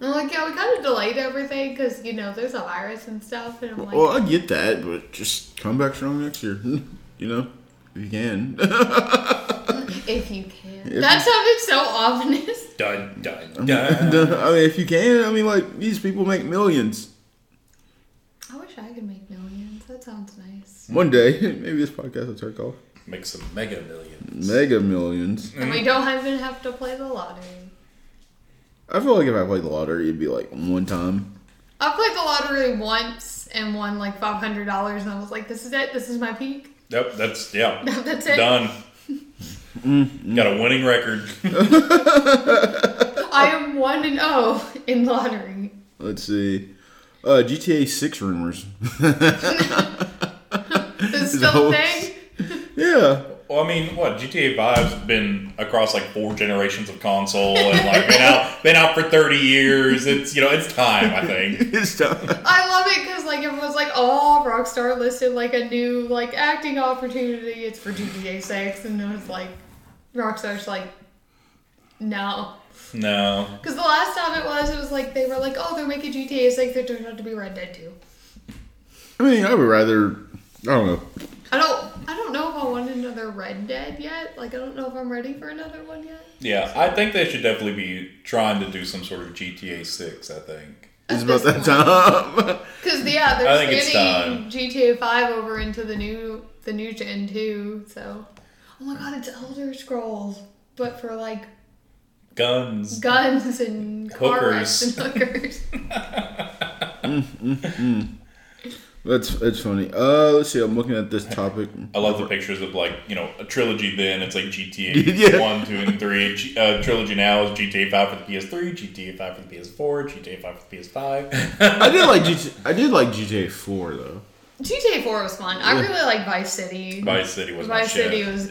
S2: I'm like, yeah, we kind of delayed everything because you know there's a virus and stuff, and I'm like,
S1: Well, I get that, but just come back strong next year, [laughs] you know, if you can. [laughs]
S2: if you can, that sounded so ominous.
S6: [laughs]
S2: [laughs]
S6: dun dun dun.
S1: I mean, if you can, I mean, like these people make millions.
S2: I wish I could make millions. That sounds nice.
S1: One day, [laughs] maybe this podcast will take off.
S6: Make some mega millions.
S1: Mega millions.
S2: And we don't even have to play the lottery.
S1: I feel like if I played the lottery, it'd be like one time.
S2: I played the lottery once and won like five hundred dollars, and I was like, this is it. This is my peak. [laughs]
S6: Yep, that's yeah.
S2: That's it.
S6: Done. Got a winning record.
S2: I am one and zero in lottery.
S1: Let's see. Uh, GTA 6 rumors.
S2: It's still a
S1: always-
S2: thing.
S1: yeah.
S6: Well, I mean, what GTA Five's been across like four generations of console and like been out [laughs] been out for thirty years. It's you know it's time. I think.
S1: It's time.
S2: I love it because like everyone's like, oh, Rockstar listed like a new like acting opportunity. It's for GTA Six, and it was like, Rockstar's like, no.
S6: No.
S2: Because the last time it was, it was like they were like, oh, they're making GTA Six. It turned out to be Red Dead Two.
S1: I mean, I would rather. I don't [laughs] know.
S2: I don't. I don't know if I want another Red Dead yet. Like, I don't know if I'm ready for another one yet.
S6: Yeah, I think they should definitely be trying to do some sort of GTA Six. I think.
S1: It's about that
S2: [laughs]
S1: time.
S2: Because yeah,
S6: I
S2: they're
S6: think it's
S2: spanning GTA Five over into the new the new Gen two. So, oh my God, it's Elder Scrolls, but for like
S6: Guns.
S2: guns and car wrecks
S6: [laughs] Hookers.
S2: and hookers.
S1: that's that's funny. Uh, let's see. I'm looking at this topic.
S6: I love the pictures of like you know a trilogy. Then it's like GTA
S1: Yeah.
S6: One, Two, and Three. G- uh, trilogy now is GTA Five for the PS3, GTA Five for the PS4, GTA Five for the PS5.
S1: I did like GTA. I did like GTA 4 though.
S2: GTA Four was fun. I really like Vice City.
S6: [laughs] Vice City was my
S2: Vice
S6: shit.
S2: City was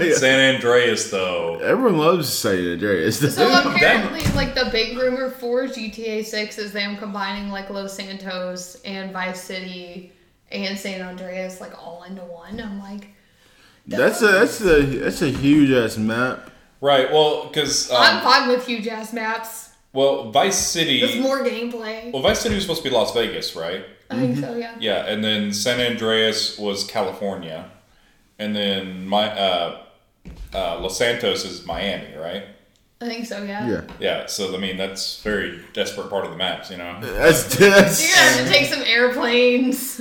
S1: [laughs] Yeah.
S6: San Andreas though.
S1: Everyone loves San Andreas.
S2: so apparently like the big rumor for GTA Six is them combining like Los Santos and Vice City and San Andreas like all into one. I'm like,
S1: [laughs] that's a that's a that's a huge ass map.
S6: Right. Well, because
S2: I'm
S6: um,
S2: fine with huge ass maps.
S6: well, Vice
S2: There's
S6: City.
S2: more gameplay.
S6: Well, Vice City was supposed to be Las Vegas, right?
S2: I
S1: Mm-hmm.
S2: think so, yeah.
S6: Yeah, and then San Andreas was California, and then my uh, uh, Los Santos is Miami, right?
S2: I think so, yeah.
S1: Yeah.
S6: Yeah. So I mean, that's very desperate part of the maps, you know.
S1: That's
S2: You're
S1: that's.
S2: gonna have to take some airplanes.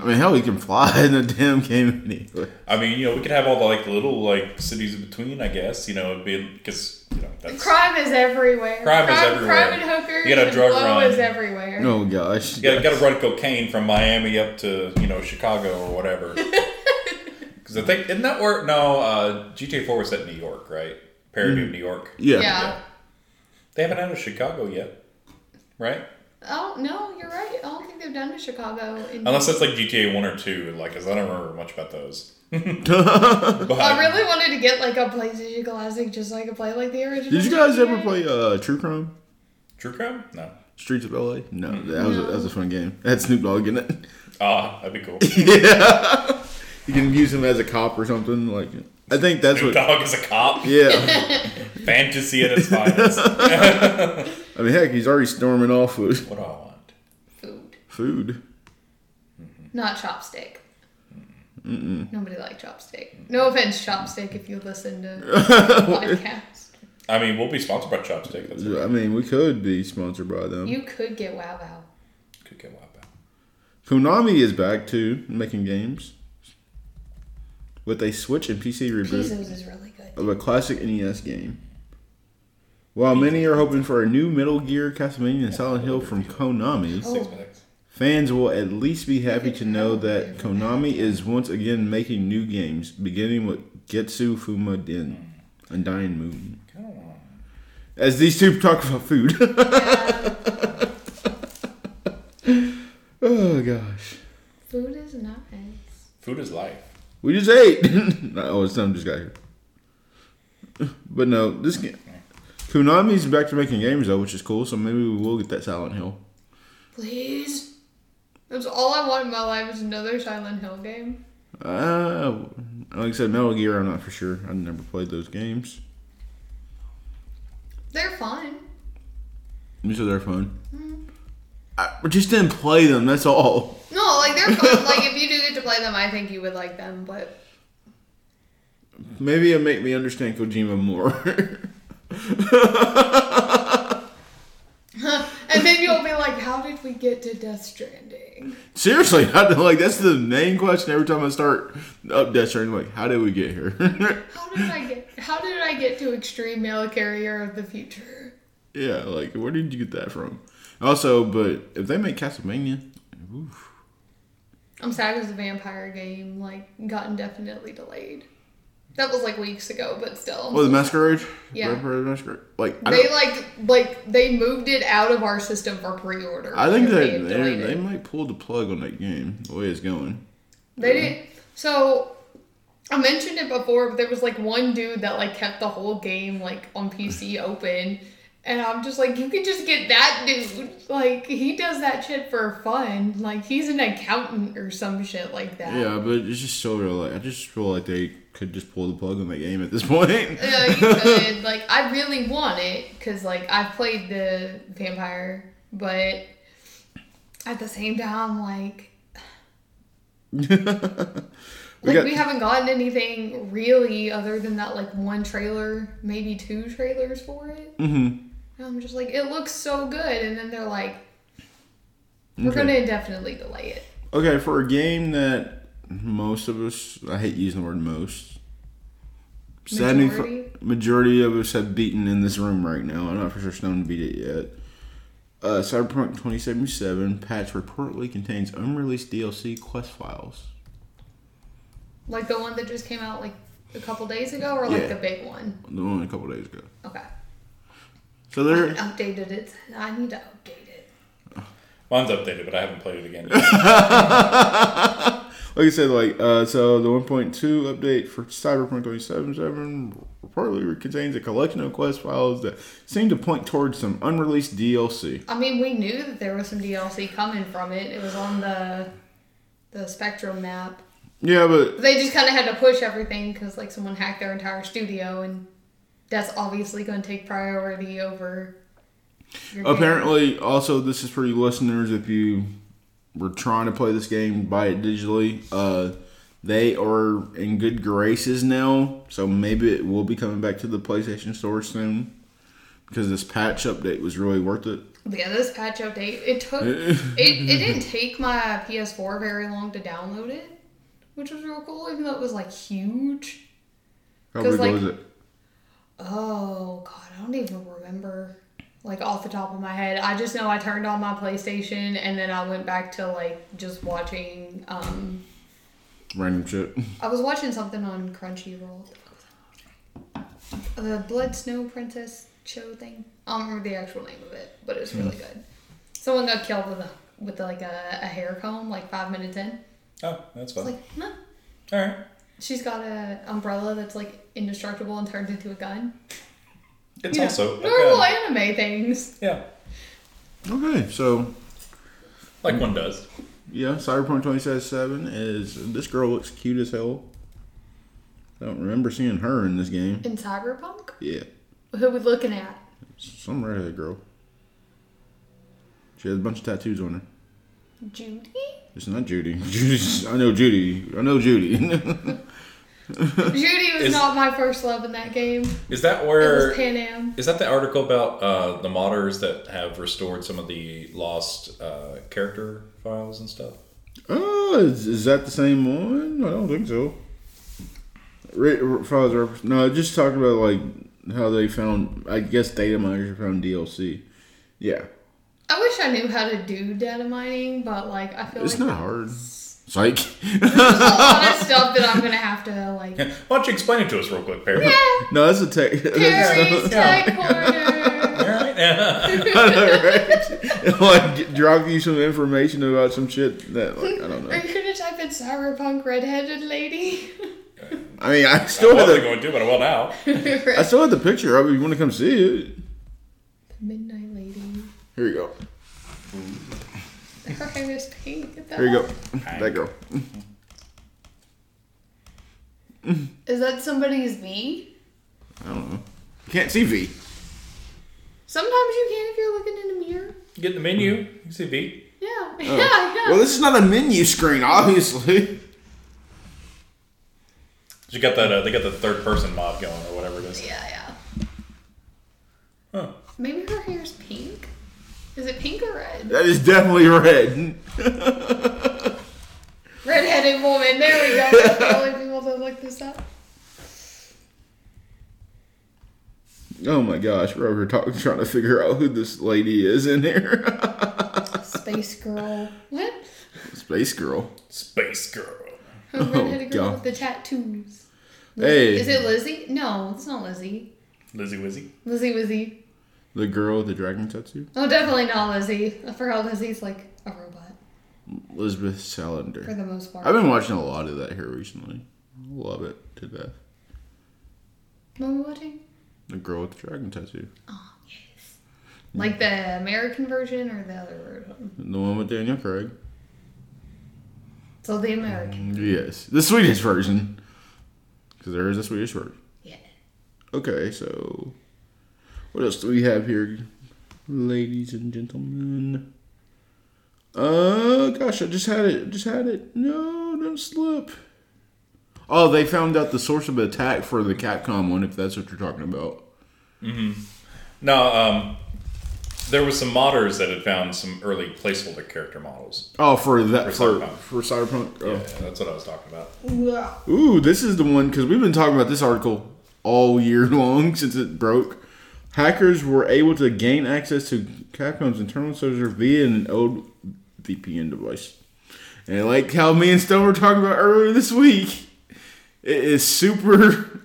S1: I mean, hell, you can fly in the damn game anyway.
S6: I mean, you know, we could have all the like little like cities in between, I guess. You know, it'd be because you know that's
S2: Crime is everywhere.
S6: Crime is everywhere.
S2: Crime and hookers.
S6: You got a
S2: and
S6: drug
S2: blow
S6: run.
S2: is everywhere.
S1: Oh gosh.
S6: You gotta, gotta run cocaine from Miami up to you know Chicago or whatever. Because I think isn't that where no uh, GTA Four was set in New York, right? Parody of New York.
S1: Yeah.
S2: Yeah.
S6: They haven't had a Chicago yet, right?
S2: Oh no, you're right. I don't think they've done a Chicago. In
S6: Unless that's like GTA One or Two, like, 'cause I don't remember much about those.
S1: Did
S6: But
S2: I really wanted to get like a PlayStation Classic just so I could play like the original.
S1: you guys ever
S2: GTA.
S1: play uh, True Crime?
S6: True Crime? No.
S1: Streets of LA? No, that was, A, that was a fun game. That Snoop Dogg in it.
S6: Ah, that'd be cool.
S1: yeah. [laughs] You can use him as a cop or something. Like, I think that's
S6: Snoop
S1: what.
S6: Dogg is a cop.
S1: Yeah.
S6: Fantasy at its finest.
S1: I mean, heck, he's already storming off with [laughs]
S6: what do I want?
S2: Food,
S1: food.
S2: not chopstick. Nobody liked chopstick. No offense, chopstick, if you listen to
S1: [laughs]
S2: podcasts.
S6: I mean, we'll be sponsored by Chopstick. That's
S1: I mean, we could be sponsored by them.
S2: You could get Wow Wow.
S6: Could get wild out.
S1: Konami is back too, making games. With a Switch and PC reboot
S2: Pizzo's is really good.
S1: of a classic NES game. While many are hoping for a new Metal Gear, Castlevania, and Silent Hill from Konami,
S6: Six minutes.
S1: fans will at least be happy to know that Konami is once again making new games, beginning with Getsu Fuma Den, Undying Moon.
S6: Come on.
S1: As these two talk about food. [laughs] oh gosh.
S2: Food is nice.
S6: Food is life.
S1: We just ate. [laughs] oh, it's time just got here. But no, this game. Konami's back to making games though, which is cool. So maybe we will get that Silent Hill.
S2: Please. That's all I want in my life is another Silent Hill game.
S1: Uh, like I said, Metal Gear. I'm not for sure. I've never played those games.
S2: They're fun.
S1: You said they're fun. I we just didn't play them. That's all.
S2: No, like
S1: [laughs]
S2: they're fun. like if you do get to play them, I think you would like them. But
S1: Maybe it make me understand Kojima more. [laughs]
S2: and then you'll be like, how did we get to Death Stranding?
S1: Seriously, I, like that's the main question every time I start up Death Stranding. Like, how did we get here? [laughs]
S2: How did I get? How did I get to Extreme Mail Carrier of the Future?
S1: Yeah, like where did you get that from? Also, but if they make Castlevania, oof.
S2: I'm sad because the vampire game like got indefinitely delayed. That was like weeks ago, but still.
S1: well, the Masquerade,
S2: Yeah.
S1: Vampire the Masquerade, like I,
S2: they
S1: don't-
S2: like like they moved it out of our system for pre-order.
S1: I think
S2: Like,
S1: that
S2: have
S1: they,
S2: delayed
S1: they
S2: it.
S1: might pull the plug on that game the way it's going.
S2: They didn't. So I mentioned it before, but there was like one dude that like kept the whole game like on PC open, and I'm just like, you could just get that dude. Like he does that shit for fun. Like he's an accountant or some shit like that.
S1: Yeah, but it's just so real. Like I just feel like they could just pull the plug on that game at this [laughs] point.
S2: Yeah, you
S1: [laughs]
S2: could. like, I really want it because, like, I've played the vampire, but at the same time,
S1: [laughs]
S2: like,
S1: We
S2: like
S1: got-
S2: we haven't gotten anything really other than that, like, one trailer, maybe two trailers for it. Mm-hmm. And I'm just like, it looks so good, and then they're like, we're
S1: Okay.
S2: gonna indefinitely delay it.
S1: Okay, for a game that most of us, I hate using the word most.
S2: Majority?
S1: majority of us have beaten in this room right now. I'm not for sure Stone beat it yet. Uh, Cyberpunk 2077 patch reportedly contains unreleased DLC quest files.
S2: Like the one that just came out like a couple days ago, or like
S1: Yeah.
S2: the big one.
S1: The one a couple days ago.
S2: Okay,
S1: So there,
S2: updated it. I need to update it.
S6: Mine's updated, but I haven't played it again.
S1: like I said, like uh, so the 1.2 update for Cyberpunk 2077 reportedly contains a collection of quest files that seem to point towards some unreleased DLC.
S2: I mean, we knew that there was some DLC coming from it. It was on the the Spectrum map.
S1: Yeah, but
S2: They just kind of had to push everything because like someone hacked their entire studio, and that's obviously going to take priority over. your game.
S1: Apparently, also this is for you listeners. If you were trying to play this game, buy it digitally. Uh, they are in good graces now, so maybe it will be coming back to the PlayStation Store soon. Because this patch update was really worth it.
S2: But yeah, this patch update it took it, it didn't take my PS4 very long to download it, which was real cool, even though it was like huge.
S1: How
S2: 'Cause,
S1: big
S2: like-
S1: was it?
S2: Oh god, I don't even remember. Like off the top of my head, I just know I turned on my PlayStation and then I went back to like just watching. Um,
S1: Random shit.
S2: I was watching something on Crunchyroll,
S6: Hmm.
S2: the Blood Snow Princess show thing. I don't remember the actual name of it, but it's really good. Someone got killed with a with like a, a hair comb like five minutes in.
S6: Oh, that's
S2: It's
S6: fun.
S2: like no.
S6: All right.
S2: She's got a umbrella that's like indestructible and turned into a gun.
S6: It's
S2: You know,
S6: also a
S2: normal
S6: gun.
S2: anime things.
S6: Yeah,
S1: Okay, so
S6: like one does.
S1: yeah, Cyberpunk 2077 is this girl looks cute as hell. I don't remember seeing her in this game.
S2: In Cyberpunk,
S1: Yeah,
S2: who we looking at?
S1: some regular girl. She has a bunch of tattoos on her. [laughs]
S2: Judy.
S1: It's not Judy. [laughs] Judy's, I know Judy. I know Judy. [laughs]
S2: Judy was
S6: Is-
S2: not my first love in that game.
S6: Is that
S2: It was
S6: where?
S2: Pan Am.
S6: Is that the article about uh, the modders that have restored some of the lost uh, character files and stuff? [laughs]
S1: Oh, is, is that the same one? I don't think so. Re- re- files are- no, I just talked about like how they found. I guess data miners found DLC. Yeah,
S2: I wish I knew how to do data mining, but like I feel
S1: it's
S2: like
S1: not hard. Psych. [laughs]
S2: there's a lot of stuff that I'm gonna have to like.
S6: Why don't you explain it to us real quick, Perry?
S2: [laughs] Yeah,
S1: no, that's a tech. [laughs]
S2: Perry's
S6: Yeah.
S2: Tech Corner.
S6: All
S2: [laughs]
S6: right.
S1: right? [laughs] like get- drop you some information about some shit that like, I don't
S2: Are
S1: know.
S2: you gonna type in cyberpunk redheaded lady? [laughs]
S1: I mean, I
S6: I
S1: still have
S6: wasn't
S1: the
S6: going to, but I will now.
S1: I still have the picture of it. You want to come see it?
S2: Midnight lady.
S1: Here you go.
S2: Her hair is pink. Get that
S1: Here you go.
S2: off.
S1: That girl.
S2: Is that somebody's V?
S1: I don't know. You can't see V.
S2: Sometimes you can if you're looking in a mirror.
S6: Get in the menu. You can see V.
S2: Yeah, [laughs] yeah, yeah.
S1: Oh. Well, this is not a menu screen, obviously.
S6: You got that? Uh, they got the third person mod going or whatever it is.
S2: yeah, yeah.
S6: Huh.
S2: Maybe her hair's pink. Is it pink or red?
S1: That is definitely red.
S2: Redheaded woman. There we
S6: [laughs]
S2: go. That's the only people that look this up.
S1: oh my gosh, we're over here talking, trying to figure out who this lady is in here. [laughs]
S2: Space girl. What?
S1: Space girl.
S6: Space girl.
S2: Her
S6: Oh,
S2: redheaded girl
S1: God.
S2: with the tattoos.
S1: Hey.
S2: Is it Lizzie? No, it's not Lizzie.
S6: Lizzie Wizzy.
S2: Lizzie Wizzy.
S1: The girl with the dragon tattoo?
S2: Oh, definitely not Lizzie. I forgot Lizzie's like a robot
S1: Elizabeth
S2: for
S1: Salander.
S2: the most part.
S1: I've been watching a lot of that here recently. Love it to death.
S2: What are we watching?
S1: The girl with the dragon tattoo.
S2: Like the American version or the other version?
S1: The one with Daniel Craig.
S2: So the American.
S1: Yes. The Swedish version. Because there is a Swedish version.
S6: Mm.
S2: Yeah.
S1: Okay, so what else do we have here, ladies and gentlemen? Uh, gosh, I just had it. Just had it. No, don't slip. Oh, they found out the source of attack for the Capcom one, if that's what you're talking about.
S6: No, um, there was some modders that had found some early placeholder character models.
S1: Oh, for that
S6: For
S1: for
S6: Cyberpunk.
S1: for Cyberpunk.
S6: Yeah,
S1: Oh.
S6: that's what I was talking about.
S1: Ooh, this is the one because we've been talking about this article all year [laughs] long since it broke. Hackers were able to gain access to Capcom's internal server via an old VPN device. And like how me and Stone were talking about earlier this week, it is super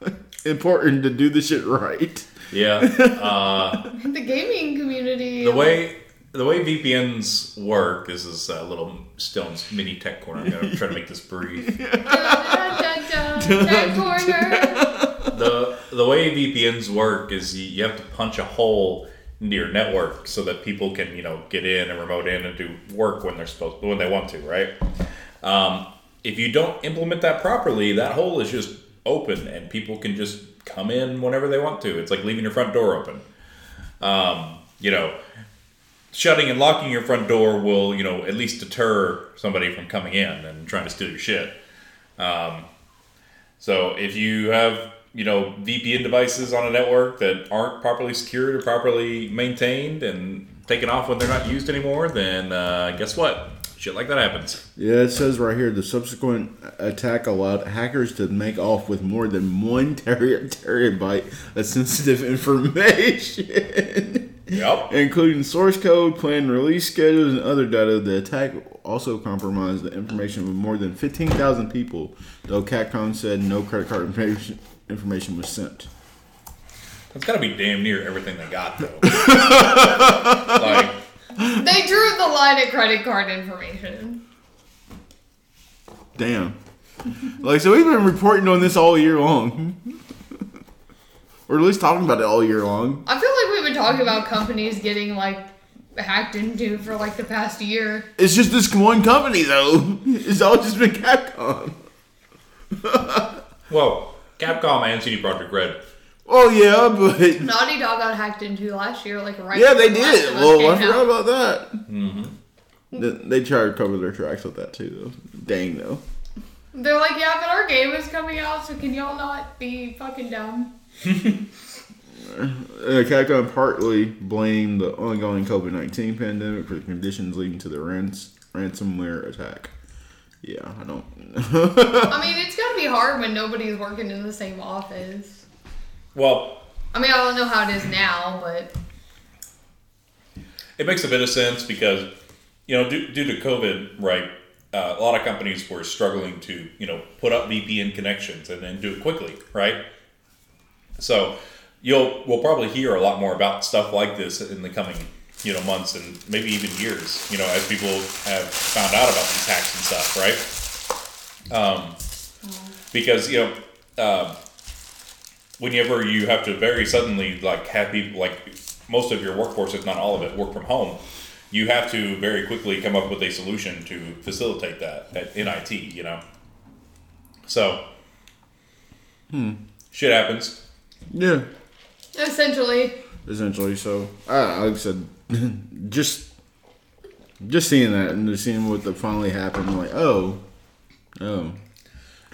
S1: [laughs] important to do the shit right.
S6: Yeah. Uh,
S2: The gaming community.
S6: the way the way VPNs work is this uh, little Stone's mini tech corner. I'm gonna try to make this brief.
S2: That corner.
S6: the The way VPNs work is you, you have to punch a hole into your network so that people can you know get in and remote in and do work when they're supposed when they want to, right? Um, if you don't implement that properly, that hole is just open and people can just come in whenever they want to. It's like leaving your front door open. Um, you know, shutting and locking your front door will, you know, at least deter somebody from coming in and trying to steal your shit. Um, so if you have, you know, VPN devices on a network that aren't properly secured or properly maintained and taken off when they're not used anymore, then uh, guess what? Shit like that happens.
S1: Yeah, it says right here the subsequent attack allowed hackers to make off with more than one tera- terabyte of sensitive [laughs] information.
S6: Yep. [laughs]
S1: including source code, planned release schedules, and other data. The attack also compromised the information of more than 15,000 people, though Capcom said no credit card information, information was sent.
S6: That's got to be damn near everything they got, though. like,
S2: They drew the line at credit card information.
S1: Damn. Like, so we've been reporting on this all year long. or at least talking about it all year long.
S2: I feel like we've been talking about companies getting like hacked into for like the past year.
S1: It's just this one company, though. [laughs] It's all just been Capcom.
S6: Well, Capcom and CD Projekt Red.
S1: Oh, yeah, but.
S2: Naughty Dog got hacked into last year, like right.
S1: Yeah, they
S2: before Last
S1: did.
S2: of Us
S1: Well, I
S2: came out.
S1: forgot about that. They- They try to cover their tracks with that, too, though. Dang, though.
S2: They're like, yeah, but our game is coming out, so can y'all not be fucking dumb?
S1: Uh, Capcom partly blamed the ongoing COVID 19 pandemic for the conditions leading to the rans- ransomware attack. Yeah, I don't. [laughs]
S2: I mean, it's gotta be hard when nobody's working in the same office.
S6: Well,
S2: I mean, I don't know how it is now, but
S6: it makes a bit of sense because you know due, due to covid right uh, a lot of companies were struggling to you know put up vpn connections and then do it quickly right so you'll we'll probably hear a lot more about stuff like this in the coming you know months and maybe even years you know as people have found out about these hacks and stuff right because you know uh, whenever you have to very suddenly like have people like most of your workforce if not all of it work from home you have to very quickly come up with a solution to facilitate that at nit you know so shit happens
S1: yeah,
S2: essentially,
S1: essentially. So, I, like I said, [laughs] just just seeing that and just seeing what the finally happened, I'm like, oh, oh,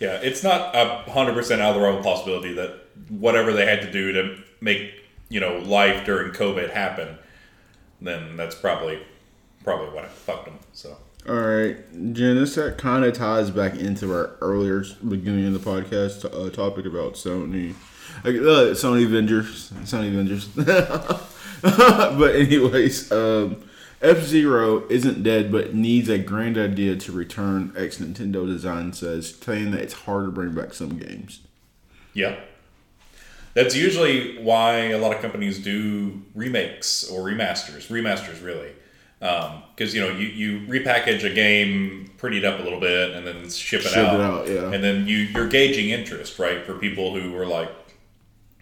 S6: yeah it's not a 100% out of the realm of possibility that whatever they had to do to make you know life during covid happen then that's probably probably what fucked them so
S1: All right, Jen, this that kind of ties back into our earlier s- beginning of the podcast uh, topic about Sony, like, uh, Sony Avengers, Sony Avengers. [laughs] but anyways, um, F Zero isn't dead, but needs a grand idea to return. Ex Nintendo design says, saying that it's hard to bring back some games.
S6: Yeah. That's usually why a lot of companies do remakes or remasters. Remasters, really. Because, you know, you, you repackage a game, pretty it up a little bit, and then ship it
S1: Ship it
S6: out.
S1: out, yeah.
S6: And then you, you're gauging interest, right? For people who are like,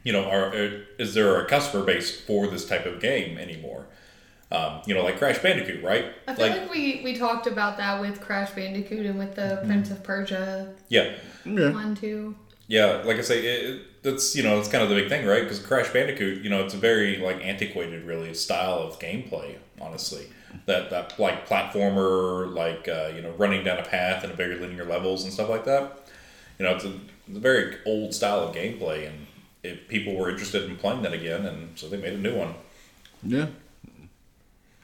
S6: you know, are, are- is there a customer base for this type of game anymore? Um, you know, like Crash Bandicoot, right?
S2: I feel like, we, we talked about that with Crash Bandicoot and with
S1: Mm-hmm.
S2: the Prince of Persia
S6: yeah.
S1: Yeah,
S2: one too.
S6: Yeah, like I say, it, it, that's you know that's kind of the big thing, right? Because Crash Bandicoot, you know, it's a very like antiquated really style of gameplay, honestly. That that like platformer, like uh, you know, running down a path and a very linear levels and stuff like that. You know, it's a, it's a very old style of gameplay, and if people were interested in playing that again, and so they made a new one.
S1: yeah.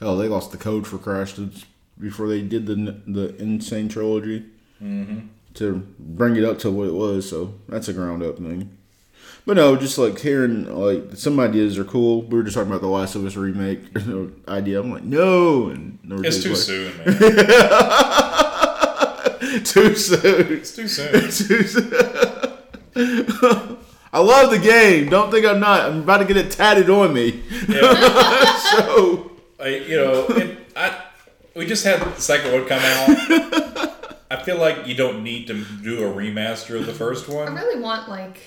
S1: Hell, they lost the code for Crash to- before they did the n- the Insane trilogy
S6: Mm-hmm.
S1: to bring it up to what it was. So that's a ground up thing. But no, just like hearing like some ideas are cool. We were just talking about the Last of Us remake [laughs] idea. I'm like, no, and no,
S6: It's too
S1: like,
S6: soon, man.
S1: too soon.
S6: It's too soon.
S1: [laughs] Too soon. [laughs] I love the game. Don't think I'm not. I'm about to get it tatted on me.
S6: Yeah.
S1: [laughs] so
S6: I, you know, it, I we just had the second one come out. I feel like you don't need to do a remaster of the first
S2: I
S6: one.
S2: really want like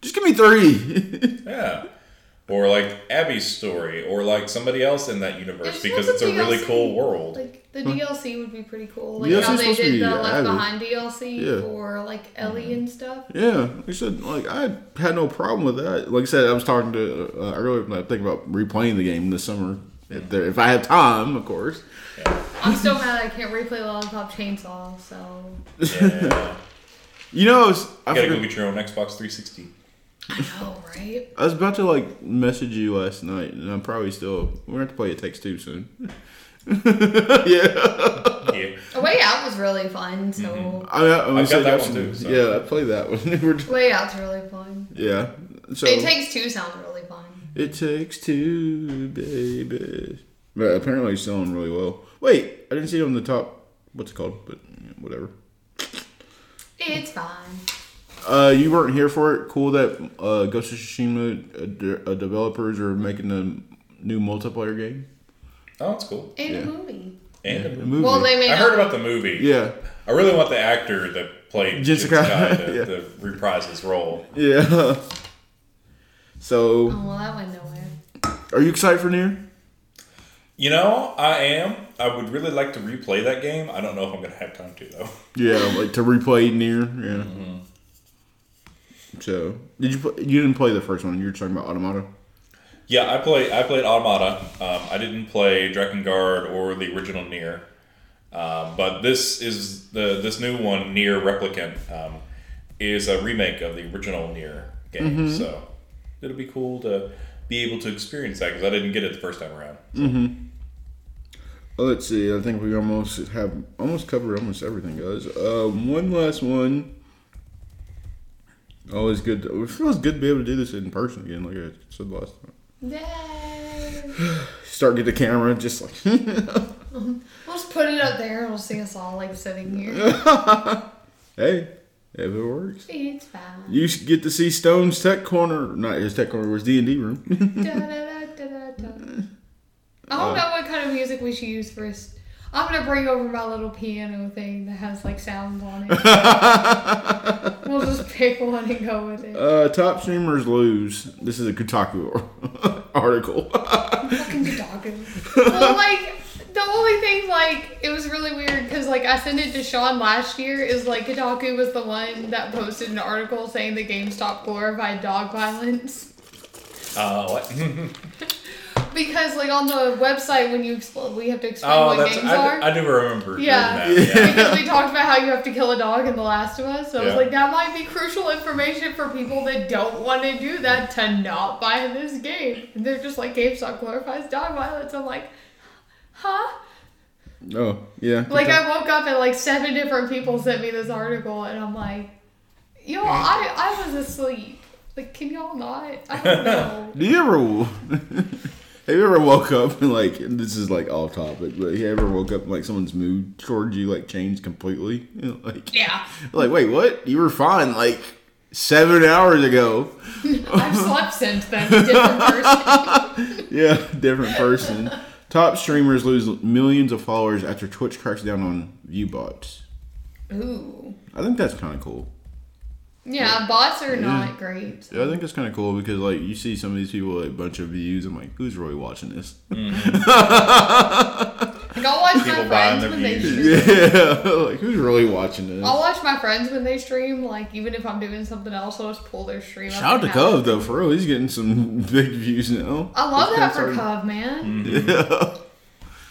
S1: just give me three. [laughs]
S6: Yeah. Or like Abby's story, or like somebody else in that universe,
S2: There's
S6: because
S2: lots
S6: it's
S2: of
S6: a really
S2: DLC.
S6: cool world.
S2: like the DLC would be pretty cool. Like
S1: DLC
S2: how
S1: is
S2: they
S1: supposed to be
S2: did the
S1: added.
S2: Left Behind DLC
S1: Yeah.
S2: for like Ellie and stuff.
S1: Yeah, like I said, like I had no problem with that. Like I said, I was talking to uh, earlier. when I think about replaying the game this summer if, there, if I have time, of course.
S2: I'm so mad I can't replay Lollipop Chainsaw, so
S6: Yeah.
S1: You know, I was, I,
S6: You gotta go
S1: forgot-
S6: get your own Xbox 360.
S2: I know, Oh, right?
S1: I was about to like message you last night, and I'm probably still we're gonna have to play It Takes Two soon. [laughs] yeah,
S6: Yeah.
S2: A Way Out was really fun, so
S1: I, mean, I, I
S6: I've got that one too, so.
S1: Yeah, I played that one. [laughs] We're just-
S2: Way Out's really fun.
S1: yeah, so
S2: It Takes Two sounds really fun.
S1: It Takes Two, baby. But apparently, it's selling really well. Wait, I didn't see it on the top. What's it called? But you know, whatever.
S2: It's fine.
S1: Uh, you weren't here for it. Cool that uh, Ghost of Tsushima uh, de- uh, developers are making a new multiplayer game.
S6: Oh, that's cool.
S2: And
S1: Yeah.
S2: a movie.
S6: And
S1: The
S6: a
S1: movie.
S2: Well, they may
S6: I
S2: not-
S6: heard about the movie.
S1: yeah,
S6: I really want the actor that played
S1: Jin
S6: Jin
S1: Sakai,
S6: Sakai to,
S1: yeah.
S6: to reprise his role.
S1: yeah. [laughs] So,
S2: Oh, well, that went nowhere.
S1: are you excited for near?
S6: You know, I am. I would really like to replay that game. I don't know if I'm going to have time to though.
S1: Yeah, like to replay near. Yeah. So, did you play, you didn't play the first one? You were talking about Automata.
S6: Yeah, I play. I played Automata. Um, I didn't play Drakengard or the original Nier, um, but this is the this new one, Nier Replicant, um, is a remake of the original Nier game.
S2: Mm-hmm.
S6: So it'll be cool to be able to experience that because I didn't get it the first time around.
S1: Well, Oh, Let's see. I think we almost have almost covered almost everything, guys. Um, one last one. Always good. To, it feels good to be able to do this in person again, like I said last time.
S2: Yay!
S1: Start get the camera, just like, [laughs]
S2: We'll just put it up there and we'll see us all like
S1: [laughs]
S2: sitting here.
S1: hey, if it works,
S2: it's fine.
S1: you should get to see Stone's Tech Corner. Not his Tech Corner, it was D and D room. [laughs]
S2: Da, da, da, da, da, da. I
S6: Uh,
S2: don't know what kind of music we should use first. I'm gonna bring over my little piano thing that has like sounds on it.
S6: [laughs]
S2: we'll just pick one and go with it.
S1: uh, top streamers lose. This is a Kotaku [laughs] article.
S2: fucking talking. well, like the only thing, like it was really weird because like I sent it to Sean last year. Is like Kotaku was the one that posted an article saying that GameStop glorified dog violence
S6: Uh, [laughs] what?
S2: because like on the website when you expl- we have to explain
S6: oh,
S2: what
S6: that's
S2: games
S6: I,
S2: are.
S6: I do remember. doing
S2: Yeah.
S6: [laughs] that, yeah.
S2: because we talked about how you have to kill a dog in The Last of Us, so I
S6: Yeah.
S2: was like, that might be crucial information for people that don't want to do that to not buy this game. And they're just like, GameStop glorifies dog violence. I'm like, huh?
S1: oh yeah.
S2: Like I woke up and like seven different people sent me this article, and I'm like, yo,
S6: Hmm?
S2: I I was asleep. Like, can y'all not? I don't know.
S1: Do you ever [laughs] have you ever woke up and like and this is like off topic, but have you ever woke up and like someone's mood towards you like changed completely? [laughs] You know, like
S2: [laughs] yeah,
S1: like wait, what? You were fine like seven hours ago.
S6: [laughs]
S2: I've slept since then. Different person.
S1: Yeah, [laughs] different person. Top streamers lose millions of followers after Twitch cracks down on view bots.
S2: Ooh.
S1: I think that's kind of cool.
S2: Yeah, bots are not great.
S1: Yeah, I think that's kind of cool because like you see some of these people with a bunch of views. I'm like, who's really watching this? [laughs]
S2: Like I'll watch
S6: People
S2: my friends
S6: buying their
S2: when they
S6: views.
S2: stream.
S1: Yeah, like who's really watching this?
S2: I'll watch my friends when they stream. Like even if I'm doing something else, I'll just pull their stream. up
S1: Shout out to
S2: and have
S1: Cove
S2: it.
S1: though, for real. He's getting some [laughs] big views now.
S2: I love
S1: It's
S2: that for
S1: kinda
S2: Cub, man.
S1: starting-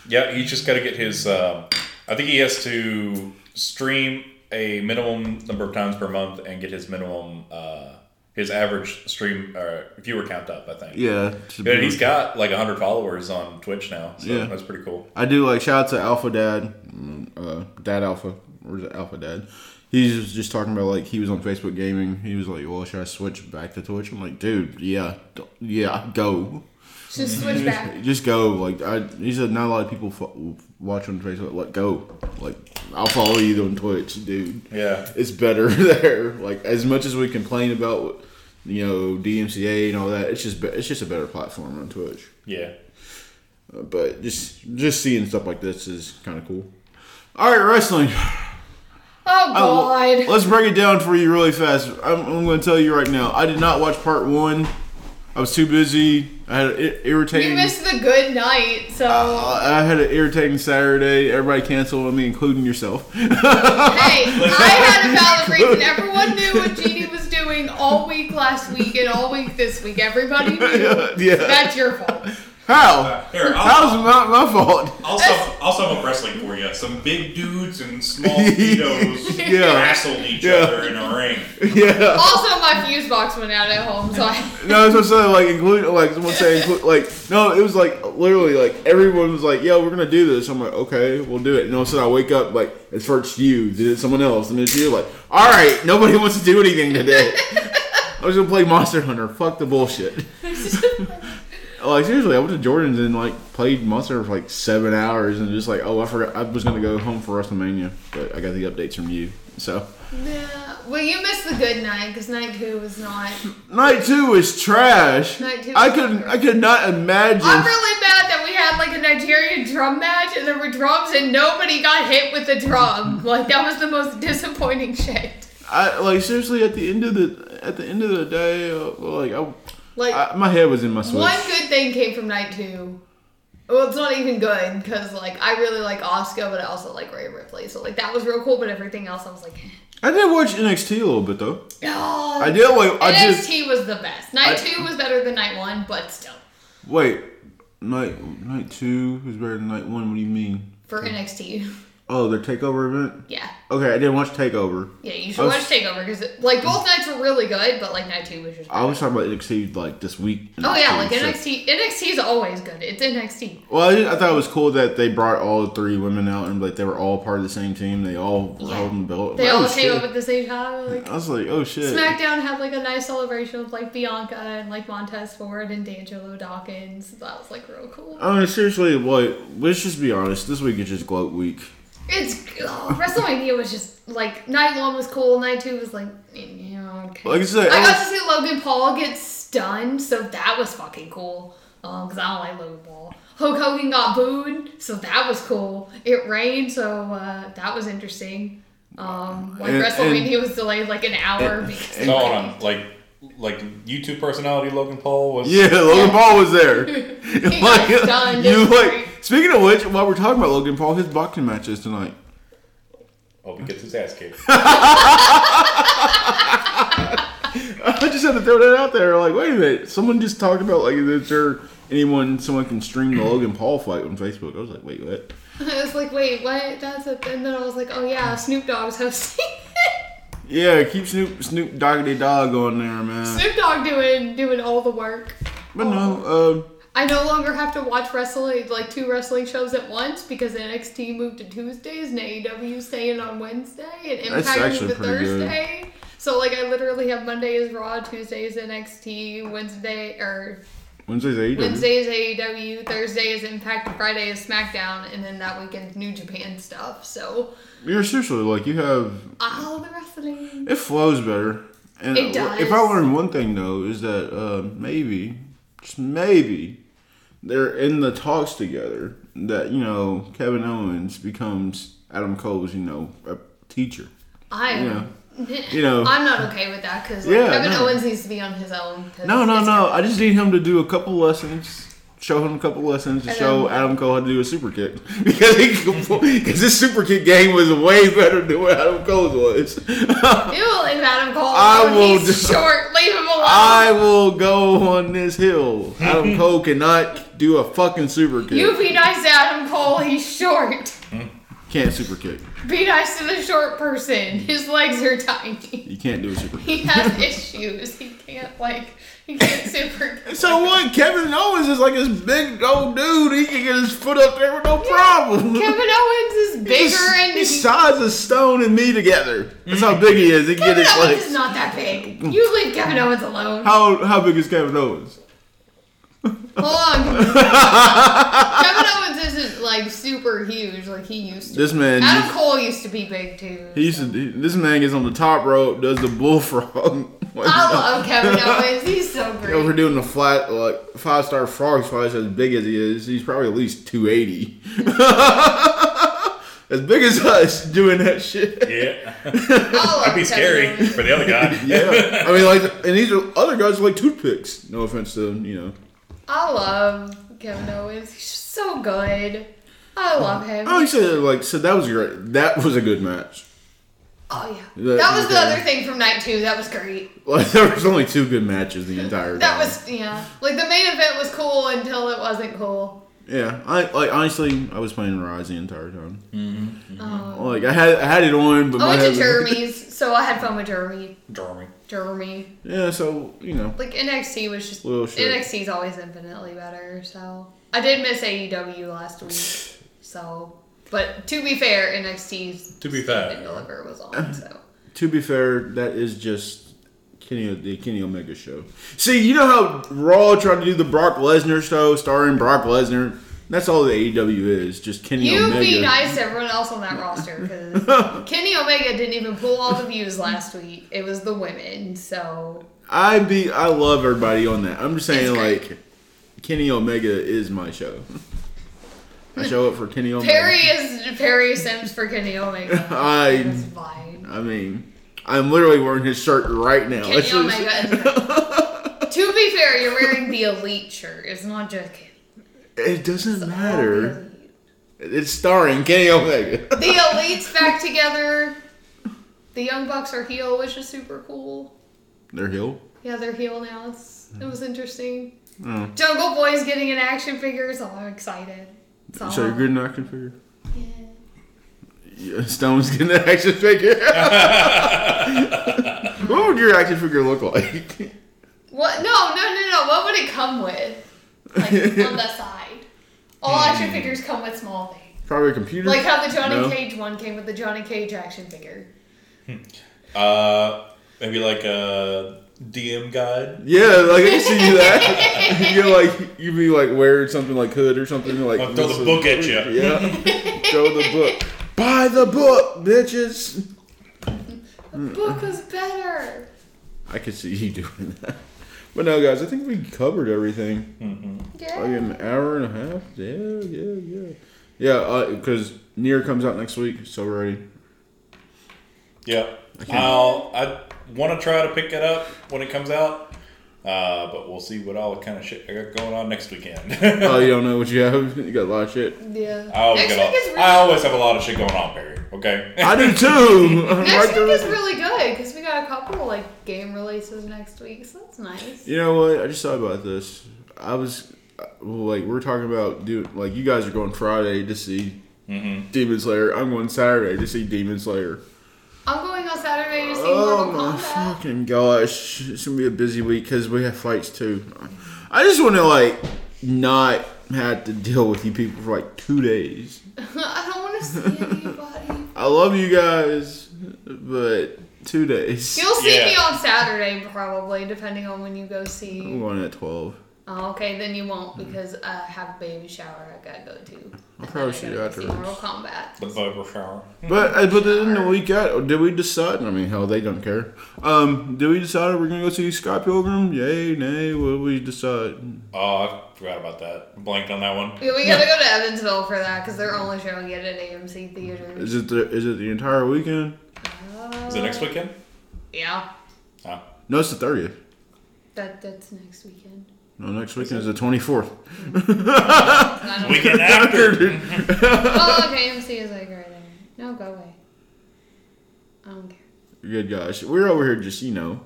S6: Yeah, he's just got to get his. Uh, I think he has to stream a minimum number of times per month and get his minimum, uh, his average stream or viewer count up. I think.
S1: Yeah.
S6: But he's got like hundred followers on Twitch now, so
S1: Yeah.
S6: that's pretty cool.
S1: I do like shout out to Alpha Dad, mm, uh, Dad Alpha, or is it Alpha Dad? He's just- just talking about like he was on Facebook Gaming. He was like, "Well, should I switch back to Twitch?" I'm like, "Dude, yeah, d- yeah, go, [laughs]
S2: Just switch back.
S1: just go." Like I, he said, not a lot of people fo- watch on Facebook. Like, go, like I'll follow you on Twitch, dude.
S6: Yeah.
S1: it's better [laughs] there. Like as much as we complain about, you know, DMCA and all that, it's just be- it's just a better platform on Twitch.
S6: Yeah.
S1: Uh, But just just seeing stuff like this is kind of cool. All right, wrestling. Uh,
S2: Oh God.
S1: Let's break it down for you really fast. I'm, I'm going to tell you right now. I did not watch part one. I was too busy. I had an ir- irritating. uh,
S2: You missed the good night, so
S1: I I had an irritating Saturday. Everybody canceled on me, including yourself. [laughs] Ah.
S2: hey, I had a valid reason. Everyone knew what Jeannie was doing all week last week and all week this week. Everybody knew.
S1: [laughs] yeah.
S2: That's your fault.
S1: How?
S6: Here,
S1: How's it not my fault?
S6: also also I'm wrestling for you. Some big dudes and
S1: [laughs]
S6: small
S1: pedos Yeah.
S6: wrestled each
S1: Yeah. other
S6: in a ring.
S1: Yeah.
S2: Also, my fuse box went out at home, so I. [laughs]
S1: No, that's what I'm saying. Like, include, like, someone saying, include, like, no, it was like literally, like, everyone was like, "Yo, we're gonna do this." I'm like, "Okay, we'll do it." And all of a sudden, I wake up like, it's first you, then it's someone else, and then it's you. Like, all right, nobody [laughs] wants to do anything
S2: [laughs]
S1: today. I was gonna play Monster Hunter. Fuck the bullshit. like seriously, I went to Jordan's and like played Monster Hunter for like seven hours, and just like, oh, I forgot I was gonna go home for WrestleMania, but I got the updates from you. So
S2: Yeah. Well, you missed the good night because night two was not.
S1: night two is trash.
S2: Night two
S1: I
S2: was
S1: couldn't.
S2: trash.
S1: I could not imagine.
S2: I'm really mad that we had like a Nigerian drum match, and there were drums, and nobody got hit with the
S1: [laughs]
S2: drum. Like that was the most disappointing shit.
S1: I like seriously at the end of the at the end of the day, uh, like I,
S2: Like
S1: I my head was in my switch.
S2: one good thing came from night two. Well, it's not even good because like I really like Oscar, but I also like Ray Ripley, so like that was real cool. But everything else, I was like,
S1: I did watch NXT a little bit though.
S2: oh.
S1: I did like I just
S2: NXT was the best. Night
S1: I-
S2: two was better than night one, but still
S1: wait. Night night two was better than night one. What do you mean?
S2: for NXT,
S1: Oh, their takeover event.
S2: [laughs] yeah,
S1: Okay, I didn't watch takeover.
S2: yeah, you
S1: I
S2: should
S1: was-
S2: watch Takeover because like both nights were really good, but like night two was just.
S1: I was talking about NXT like this week.
S2: Oh yeah, like
S1: So-
S2: NXT. NXT is always good. It's NXT.
S1: Well, I, did- I thought it was cool that they brought all three women out and like they were all part of the same team. They all were
S2: Yeah.
S1: holding the belt.
S2: They
S1: Like,
S2: all
S1: oh,
S2: came
S1: shit.
S2: up at the same time. Like,
S1: I was like, oh shit.
S2: SmackDown had like a nice celebration of like Bianca and like Montez Ford and D'Angelo Dawkins. That was like real cool.
S1: I mean, seriously, like, let's just be honest. This week is just gloat week.
S2: It's oh, WrestleMania was just like night one was cool, night two was like you know. okay.
S1: Like I said,
S2: I
S1: I
S2: got
S1: was-
S2: to see Logan Paul get stunned, so that was fucking cool. Um, because I don't like Logan Paul. Hulk Hogan got booed, so that was cool. It rained, so uh, that was interesting. Um, like
S1: And-
S2: WrestleMania was delayed like an hour
S1: and-
S2: because.
S1: and-
S6: No, hold
S2: like-
S6: on. Like, like YouTube personality Logan Paul
S1: [laughs]
S6: was.
S1: Yeah, Logan Paul was
S2: [laughs]
S1: there. [laughs] like,
S2: got stunned.
S1: you
S2: It was
S1: like.
S2: great.
S1: Speaking of which, while we're talking about Logan Paul, his boxing match is tonight. [laughs]
S6: Hope oh, he gets his ass kicked. [laughs]
S1: I just had to throw that out there. Like, wait a minute, someone just talked about like, is there anyone someone can stream the Logan Paul fight on Facebook? I was like, wait, what?
S2: [laughs] I was like, wait, what? That's a and then I was like, oh
S1: Hmm.
S2: yeah, Snoop Dogg's hosting. [laughs]
S1: Yeah, keep Snoop Snoop Doggity Dog on there, man.
S2: Snoop Dogg doing doing all the work.
S1: But no, um,
S2: I no longer have to watch wrestling like two wrestling shows at once because NXT moved to Tuesdays and AEW staying on Wednesday and
S1: That's
S2: Impact
S1: actually
S2: moved to
S1: pretty good.
S2: Thursday. So like I literally have Monday is Raw, Tuesday is NXT, Wednesday or
S1: Wednesday's E AEW.
S2: Wednesday is AEW, Thursday is Impact, Friday is SmackDown, and then that weekend New Japan stuff. So
S1: You're seriously like you have
S2: all the wrestling.
S1: It flows better. And
S2: It does.
S1: If I learned one thing though, is that uh, maybe, just maybe, they're in the talks together that you know Kevin Owens becomes Adam Cole's you know a teacher.
S2: I
S1: You
S2: [laughs]
S1: know, you know.
S2: I'm not okay with that because
S1: Yeah,
S2: Kevin
S1: no.
S2: Owens needs to be on his own. 'cause
S1: No, no,
S2: it's-
S1: no. I just need him to do a couple lessons. Show him a couple lessons to
S2: And
S1: show
S2: then-
S1: Adam Cole how to do a super kick [laughs] because he because his super kick game was way better than what Adam Cole's was. [laughs]
S2: Ew, leave Adam Cole.
S1: I
S2: alone.
S1: will
S2: He's
S1: do-
S2: short. Leave him alone.
S1: I will go on this hill.
S2: [laughs]
S1: Adam Cole cannot do a fucking super kick.
S2: you be nice to Adam Cole. He's short.
S1: can't super kick.
S2: Be nice to the short person. His legs are tiny.
S1: You can't do a super
S2: He
S1: kick. [laughs]
S2: has issues. He can't like. He can't super.
S1: So what? Kevin Owens is like this big old dude. He can get his foot up there with no problem.
S2: Kevin Owens is
S1: [laughs]
S2: bigger
S1: He's-
S2: and
S1: he's size of stone and me together. That's how big he is. He can get
S2: Kevin
S1: his
S2: Owens is
S1: legs.
S2: not that big.
S1: [laughs]
S2: You leave Kevin Owens alone.
S1: How how big is Kevin Owens?
S2: Hold
S1: [laughs]
S2: on. Kevin Owens isn't like super huge like he used to.
S1: This man.
S2: Adam Cole used to be big too.
S1: He used to, he- this man gets on the top rope, does the bullfrog. [laughs]
S2: I love Kevin Owens. He's so
S1: If we're
S2: great.
S1: doing the flat, like five star frog splash as big as he is, he's probably at least 280. [laughs] as big as us doing that shit.
S6: yeah,
S2: I love
S6: that'd be
S2: Kevin
S6: scary
S2: Owens.
S6: for the other guy.
S1: Yeah. I mean, like, and these are other guys are like toothpicks. No offense to them, you know.
S2: I love Kevin Owens. He's just so good. I love him.
S1: Oh, he said, like, so that was great. That was a good match.
S2: Oh yeah.
S1: That-
S2: That was the
S1: okay.
S2: other thing from night two. That was great.
S1: Like, [laughs] there was only two good matches the entire
S2: That
S1: time.
S2: was yeah. Like the main event was cool until it wasn't cool.
S1: Yeah. I, like, honestly, I was playing Rise the entire time.
S2: Um,
S1: Like, I had, I had it on, but
S2: I
S1: my
S2: went to
S1: head-
S2: Jeremy's, so I had fun with Jeremy.
S6: Drawing.
S2: Jeremy.
S1: Yeah, so, you know.
S2: Like NXT was just
S1: Little shit.
S2: NXT's always infinitely better. So I did miss AEW
S1: [sighs]
S2: last week. So, but to be fair, NXT's
S6: To be fair.
S2: Stand and deliver was on. So
S1: To be fair, that is just Kenny the Kenny Omega show. See, you know how Raw tried to do the Brock Lesnar show starring Brock Lesnar. That's all the AEW is, just Kenny
S2: you
S1: Omega.
S2: be nice to everyone else on that roster
S1: [laughs]
S2: because Kenny Omega didn't even pull all the views last week. It was the women. So
S1: I be I love everybody on that. I'm just saying
S2: It's great.
S1: like Kenny Omega is my show. [laughs] I show up for Kenny Omega.
S2: Perry is Perry Sims for Kenny Omega.
S1: [laughs] I-
S2: That's fine.
S1: I mean, I'm literally wearing his shirt right now.
S2: Kenny
S1: That's just- [laughs]
S2: Omega To be fair, you're wearing the elite shirt. It's not just Kenny.
S1: it doesn't
S2: All
S1: matter.
S2: the Elite.
S1: It's starring Kenny Omega. [laughs]
S2: The elite's back together. The Young Bucks are heel, which is super cool.
S1: They're heel.
S2: Yeah, they're heel now. It's, it was interesting.
S1: Oh.
S2: Jungle Boy's getting an action figure, so I'm excited. So,
S1: So you're good in action figure.
S2: Yeah.
S1: Yeah, Stone's getting an action
S6: [laughs]
S1: figure. what would your action figure look like?
S2: What? No, no, no, no. What would it come with?
S1: [laughs]
S2: Like on the side. All
S1: Hmm.
S2: action figures come with small things.
S1: Probably a computer.
S2: Like how the Johnny
S1: No.
S2: Cage one came with the Johnny Cage action figure.
S6: Uh, maybe like a DM guide.
S1: yeah, like I can see that.
S2: [laughs]
S1: you like you'd be like wearing something like hood or something like.
S6: I'll throw the book at you.
S1: Yeah. throw the book. Buy the book, bitches.
S2: Book was better.
S1: I could see you doing that. But no, guys, I think we covered everything. Like
S2: Yeah.
S1: an hour and a half. Yeah, yeah, yeah. Yeah, because Near comes out next week, so we're ready.
S6: Yeah, I'll I want to try to pick it up when it comes out, uh, but we'll see what all the kind of shit I got going on next weekend. [laughs]
S1: Oh, you don't know what you have? You got a lot of shit.
S2: Yeah.
S6: I always,
S2: Next
S6: get
S2: week
S6: all-
S2: is really,
S6: I always have a lot of shit going on, Barry. Okay.
S1: [laughs] I do
S2: [laughs]
S1: too.
S2: next
S1: Right there
S2: week
S1: with
S2: is
S1: you.
S2: really good because we got a couple like game releases next week, so that's nice.
S1: You know what? I just thought about this. I was uh, like, we're talking about do like you guys are going Friday to see Demon Slayer. I'm going Saturday to see Demon Slayer.
S2: I'm going on Saturday to see
S1: Oh
S2: Mortal
S1: my
S2: Kombat.
S1: fucking gosh! It's gonna be a busy week because we have fights too. I just want to like not have to deal with you people for like two days. [laughs]
S2: [laughs] I don't want to see anybody.
S1: I love you guys, but two days.
S2: You'll see
S6: Yeah.
S2: me on Saturday probably, depending on when you go see.
S1: I'm going at twelve.
S2: Oh, okay, then you won't because I have a baby shower I gotta go to.
S1: I'll Mm-hmm. probably see you
S2: after Mortal
S1: afterwards.
S2: Kombat.
S6: the Viper Shower.
S1: But uh, but then the week out, did we decide? I mean, hell, they don't care. Um, did we decide we're gonna go see Scott Pilgrim? Yay, nay? What did we decide?
S6: Oh, I forgot about that. Blanked on that one.
S2: Yeah, we gotta go to Evansville for that because they're only showing it at AMC theaters.
S1: Is it the is it the entire weekend?
S6: Is it next weekend?
S2: Yeah,
S6: Oh.
S1: No, it's the thirtieth.
S2: that that's next weekend.
S1: No, next weekend is the twenty fourth. [laughs]
S2: I don't
S6: Weekend after.
S2: oh, okay, AMC is like right there. No, go away. I don't care.
S1: Good guys, we're over here just you know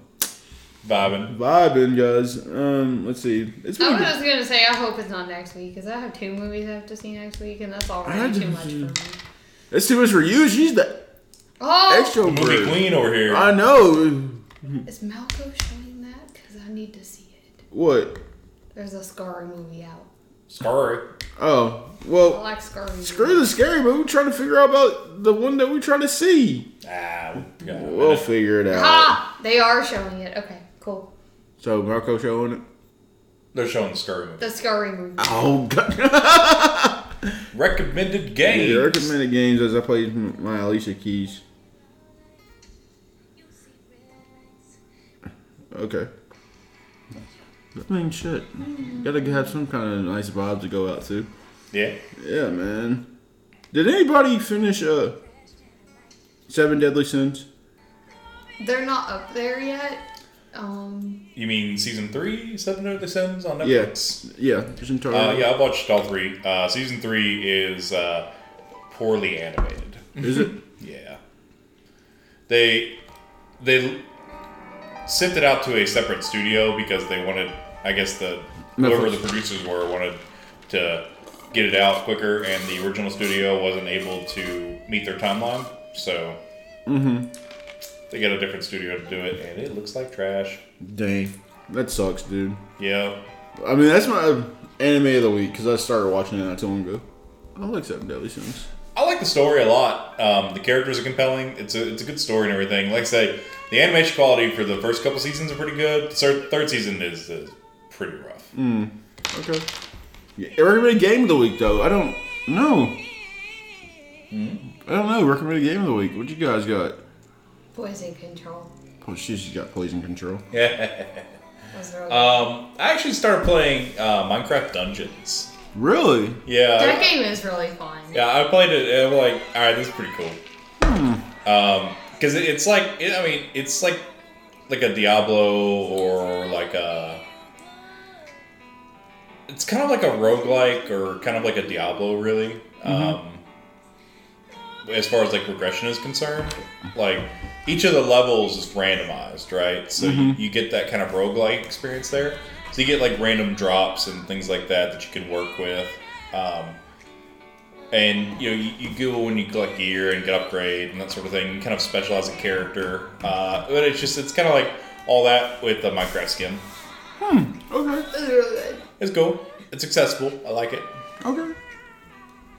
S6: Vibing.
S1: vibing, guys. Um, let's see. It's
S2: I
S1: really
S2: was just gonna say I hope it's not next week because I have two movies I have to see next week and that's
S1: I
S2: already too
S1: didn't
S2: much for
S1: see-
S2: me.
S1: it's too much for you. She's the
S2: Oh,
S6: Movie
S1: extrovert.
S6: queen over here.
S1: I know.
S2: is Malco showing that? Because I need to see it.
S1: What?
S2: There's a Scar movie out.
S6: Sorry.
S1: Oh, well.
S2: I like Scar movies.
S1: Screw the scary movie. We're trying to figure out about the one that we're trying to see.
S6: Ah, we got a
S1: We'll
S6: minute.
S1: figure it out.
S2: Ah, they are showing it. Okay, cool.
S1: So Marco showing it.
S6: They're showing the scary movie.
S2: The Scary movie.
S1: Oh god! [laughs]
S6: Recommended games.
S1: the recommended games as I played m- my Alicia Keys. Okay. I mean, shit. Gotta have some kind of nice vibe to go out to.
S6: Yeah.
S1: Yeah, man. Did anybody finish uh Seven Deadly Sins?
S2: They're not up there yet. Um,
S6: You mean season three, Seven Deadly Sins on Netflix?
S1: Yeah, just entire.
S6: Uh, yeah, I've watched all three. Uh, season three is uh, poorly animated.
S1: Is it?
S6: Yeah. They they sent it out to a separate studio because they wanted I guess the whoever the
S1: Netflix.
S6: producers were wanted to get it out quicker and the original studio wasn't able to meet their timeline, so
S1: Mm-hmm.
S6: they got a different studio to do it and it looks like trash.
S1: Dang, that sucks, dude.
S6: Yeah.
S1: I mean, that's my anime of the week because I started watching it not too long ago. I like Seven Deadly Sins.
S6: I like the story a lot. Um, the characters are compelling. It's a it's a good story and everything. Like I say, the animation quality for the first couple seasons are pretty good. Third, third season is, is pretty rough.
S1: Okay. Yeah, recommended game of the week though. I don't know. Hmm? I don't know. Recommended game of the week. What you guys got?
S2: Poison Control.
S1: Oh shit, she's got poison control.
S2: That was really
S6: Um, I actually started playing uh, Minecraft uh, Dungeons.
S1: Really?
S6: Yeah.
S2: that game is really fun.
S6: Yeah, I played it. and I'm like, all right, this is pretty cool. Um, because it, it's like, it, I mean, it's like, like a Diablo or like a. It's kind of like a roguelike or kind of like a Diablo, really. Um, as far as like regression is concerned, like each of the levels is randomized, right? So you, you get that kind of roguelike experience there. So you get like random drops and things like that that you can work with. Um, and you know you, you go when you collect gear and get upgrade and that sort of thing you kind of specialize a character uh, but it's just it's kind of like all that with the minecraft skin
S1: Okay.
S2: It's really good.
S6: it's cool it's accessible i like it
S1: Okay.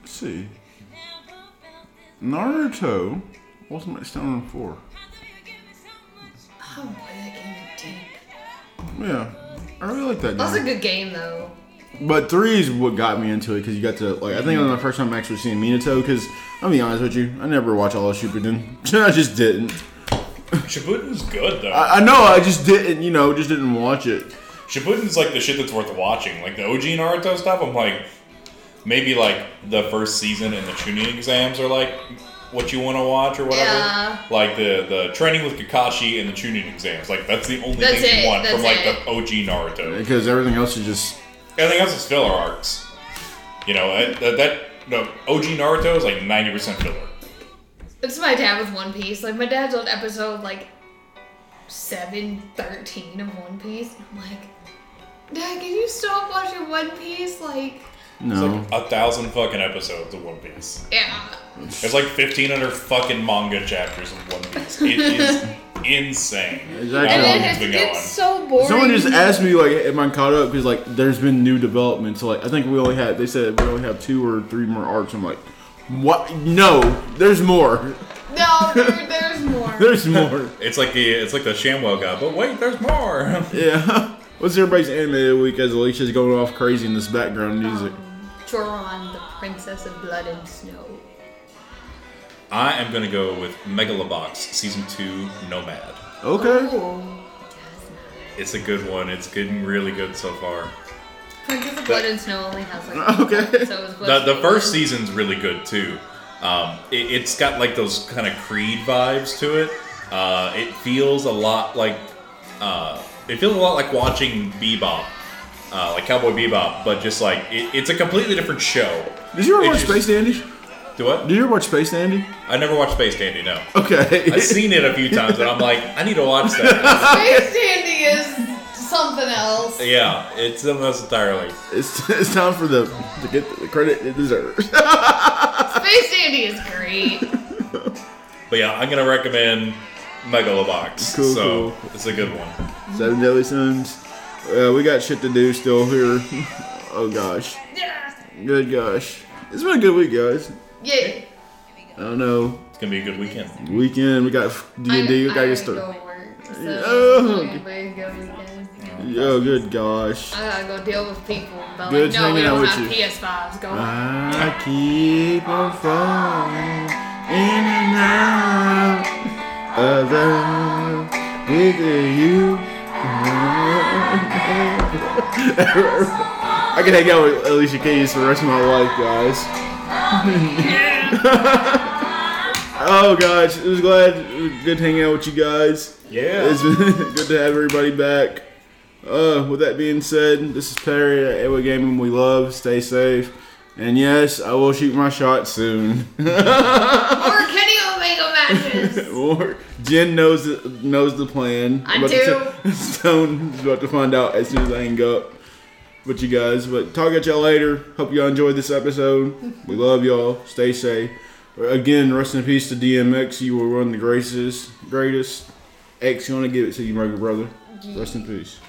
S1: Let's see. Naruto Ultimate Stone 4.
S2: Oh boy, that game is deep.
S1: Yeah. I really like that
S2: That's a
S1: game.
S2: good game though.
S1: But three is what got me into it because you got to like I think it was my first time actually seeing Minato because I'll be honest with you I never watched all of Shippuden [laughs] I just didn't
S6: Shippuden's good though.
S2: Uh,
S1: I, I know I just didn't you know just didn't watch it
S6: Shippuden's like the shit that's worth watching. Like the OG Naruto stuff, I'm like, maybe like the first season and the Chunin exams are like what you want to watch or whatever.
S2: Yeah.
S6: Like the the training with Kakashi and the Chunin exams. Like that's the only
S2: That's
S6: thing
S2: it,
S6: you want from
S2: that's
S6: like
S2: it.
S6: the OG Naruto.
S1: because everything else is just
S6: Everything else is filler arcs. You know that that, that no, OG Naruto is like ninety percent filler.
S2: It's my dad with One Piece. Like my dad's on episode like seven thirteen of One Piece. And I'm like, Dad, can you stop watching One Piece? Like,
S6: It's
S1: no
S6: like a thousand fucking episodes of One Piece.
S2: yeah.
S6: There's like fifteen hundred fucking manga chapters of One Piece. It is insane.
S1: Exactly.
S6: How
S2: And
S6: long
S2: then
S6: it's
S2: it's,
S6: been
S2: it's
S6: going.
S2: so boring.
S1: Someone just asked me like, "Am I caught up?" Because like, there's been new developments. Like, I think we only had they said we only have two or three more arcs. I'm like, what? No, there's more. [laughs]
S2: No, dude, there's more.
S1: There's more.
S6: It's like the it's like the Shamwell guy, but wait, there's more. [laughs]
S1: yeah. [laughs] What's everybody's anime of the week? As Alicia's going off crazy in this background music.
S2: Um, Joron, the Princess of Blood and Snow.
S6: I am gonna go with Megalobox season two Nomad.
S1: Okay.
S2: Ooh.
S6: It's a good one. It's getting really good so far.
S2: Princess of Blood and Snow only has like.
S1: [laughs] Okay.
S2: So it's
S6: The the first season's really good too. Um, it, it's got like those kind of Creed vibes to it. Uh, it feels a lot like uh, it feels a lot like watching Bebop, uh, like Cowboy Bebop, but just like it, it's a completely different show.
S1: Did you ever
S6: It
S1: watch
S6: just-
S1: Space Dandy?
S6: Do what?
S1: Did you ever watch Space Dandy?
S6: I never watched Space Dandy. No.
S1: [laughs] Okay.
S6: I've seen it a few times, and I'm like, I need to watch that. [laughs]
S2: Space Dandy is something else.
S6: yeah, it's something else entirely.
S1: it's, it's time for the to get the credit it deserves. [laughs]
S2: Space Dandy is great.
S6: But yeah, I'm gonna recommend Megalobox.
S1: Cool,
S6: so
S1: cool.
S6: it's a good one.
S1: Seven Deadly Sins. Uh, we got shit to do still here. [laughs] oh gosh. Good gosh. It's been a good week, guys.
S2: Yeah.
S1: I don't know.
S6: It's gonna be a good weekend.
S1: Weekend we got D
S2: I-
S1: and D. We
S2: I
S1: gotta get
S2: gotta go
S1: started.
S2: to work, so
S1: Oh.
S2: I'm gonna go again.
S1: Yo, Oh, good gosh.
S2: I gotta go deal with people. But
S1: Good
S2: like, no, we
S1: hanging out
S2: don't
S1: with
S2: have
S1: you. Uh-huh.
S2: PS5s. Go on.
S1: I keep on falling in and out of love with you. [laughs] I can hang out with Alicia Keys for the rest of my life, guys. [laughs] oh gosh, it was glad, good hanging out with you guys.
S6: Yeah.
S1: It's been [laughs] good to have everybody back. Uh, with that being said, this is Perry at Airway Gaming. We love, stay safe, and yes, I will shoot my shot soon. [laughs]
S2: Or Kenny Omega
S1: [laughs]
S2: matches.
S1: or Jen knows the, knows the plan.
S2: I
S1: I'm about to
S2: do.
S1: t- [laughs] Stone is about to find out as soon as I hang up with you guys. But talk at y'all later. Hope y'all enjoyed this episode. We love y'all. Stay safe. Again, rest in peace to DMX. You were one of the greatest, greatest. X, you want to give it to you, my brother. Rest in peace.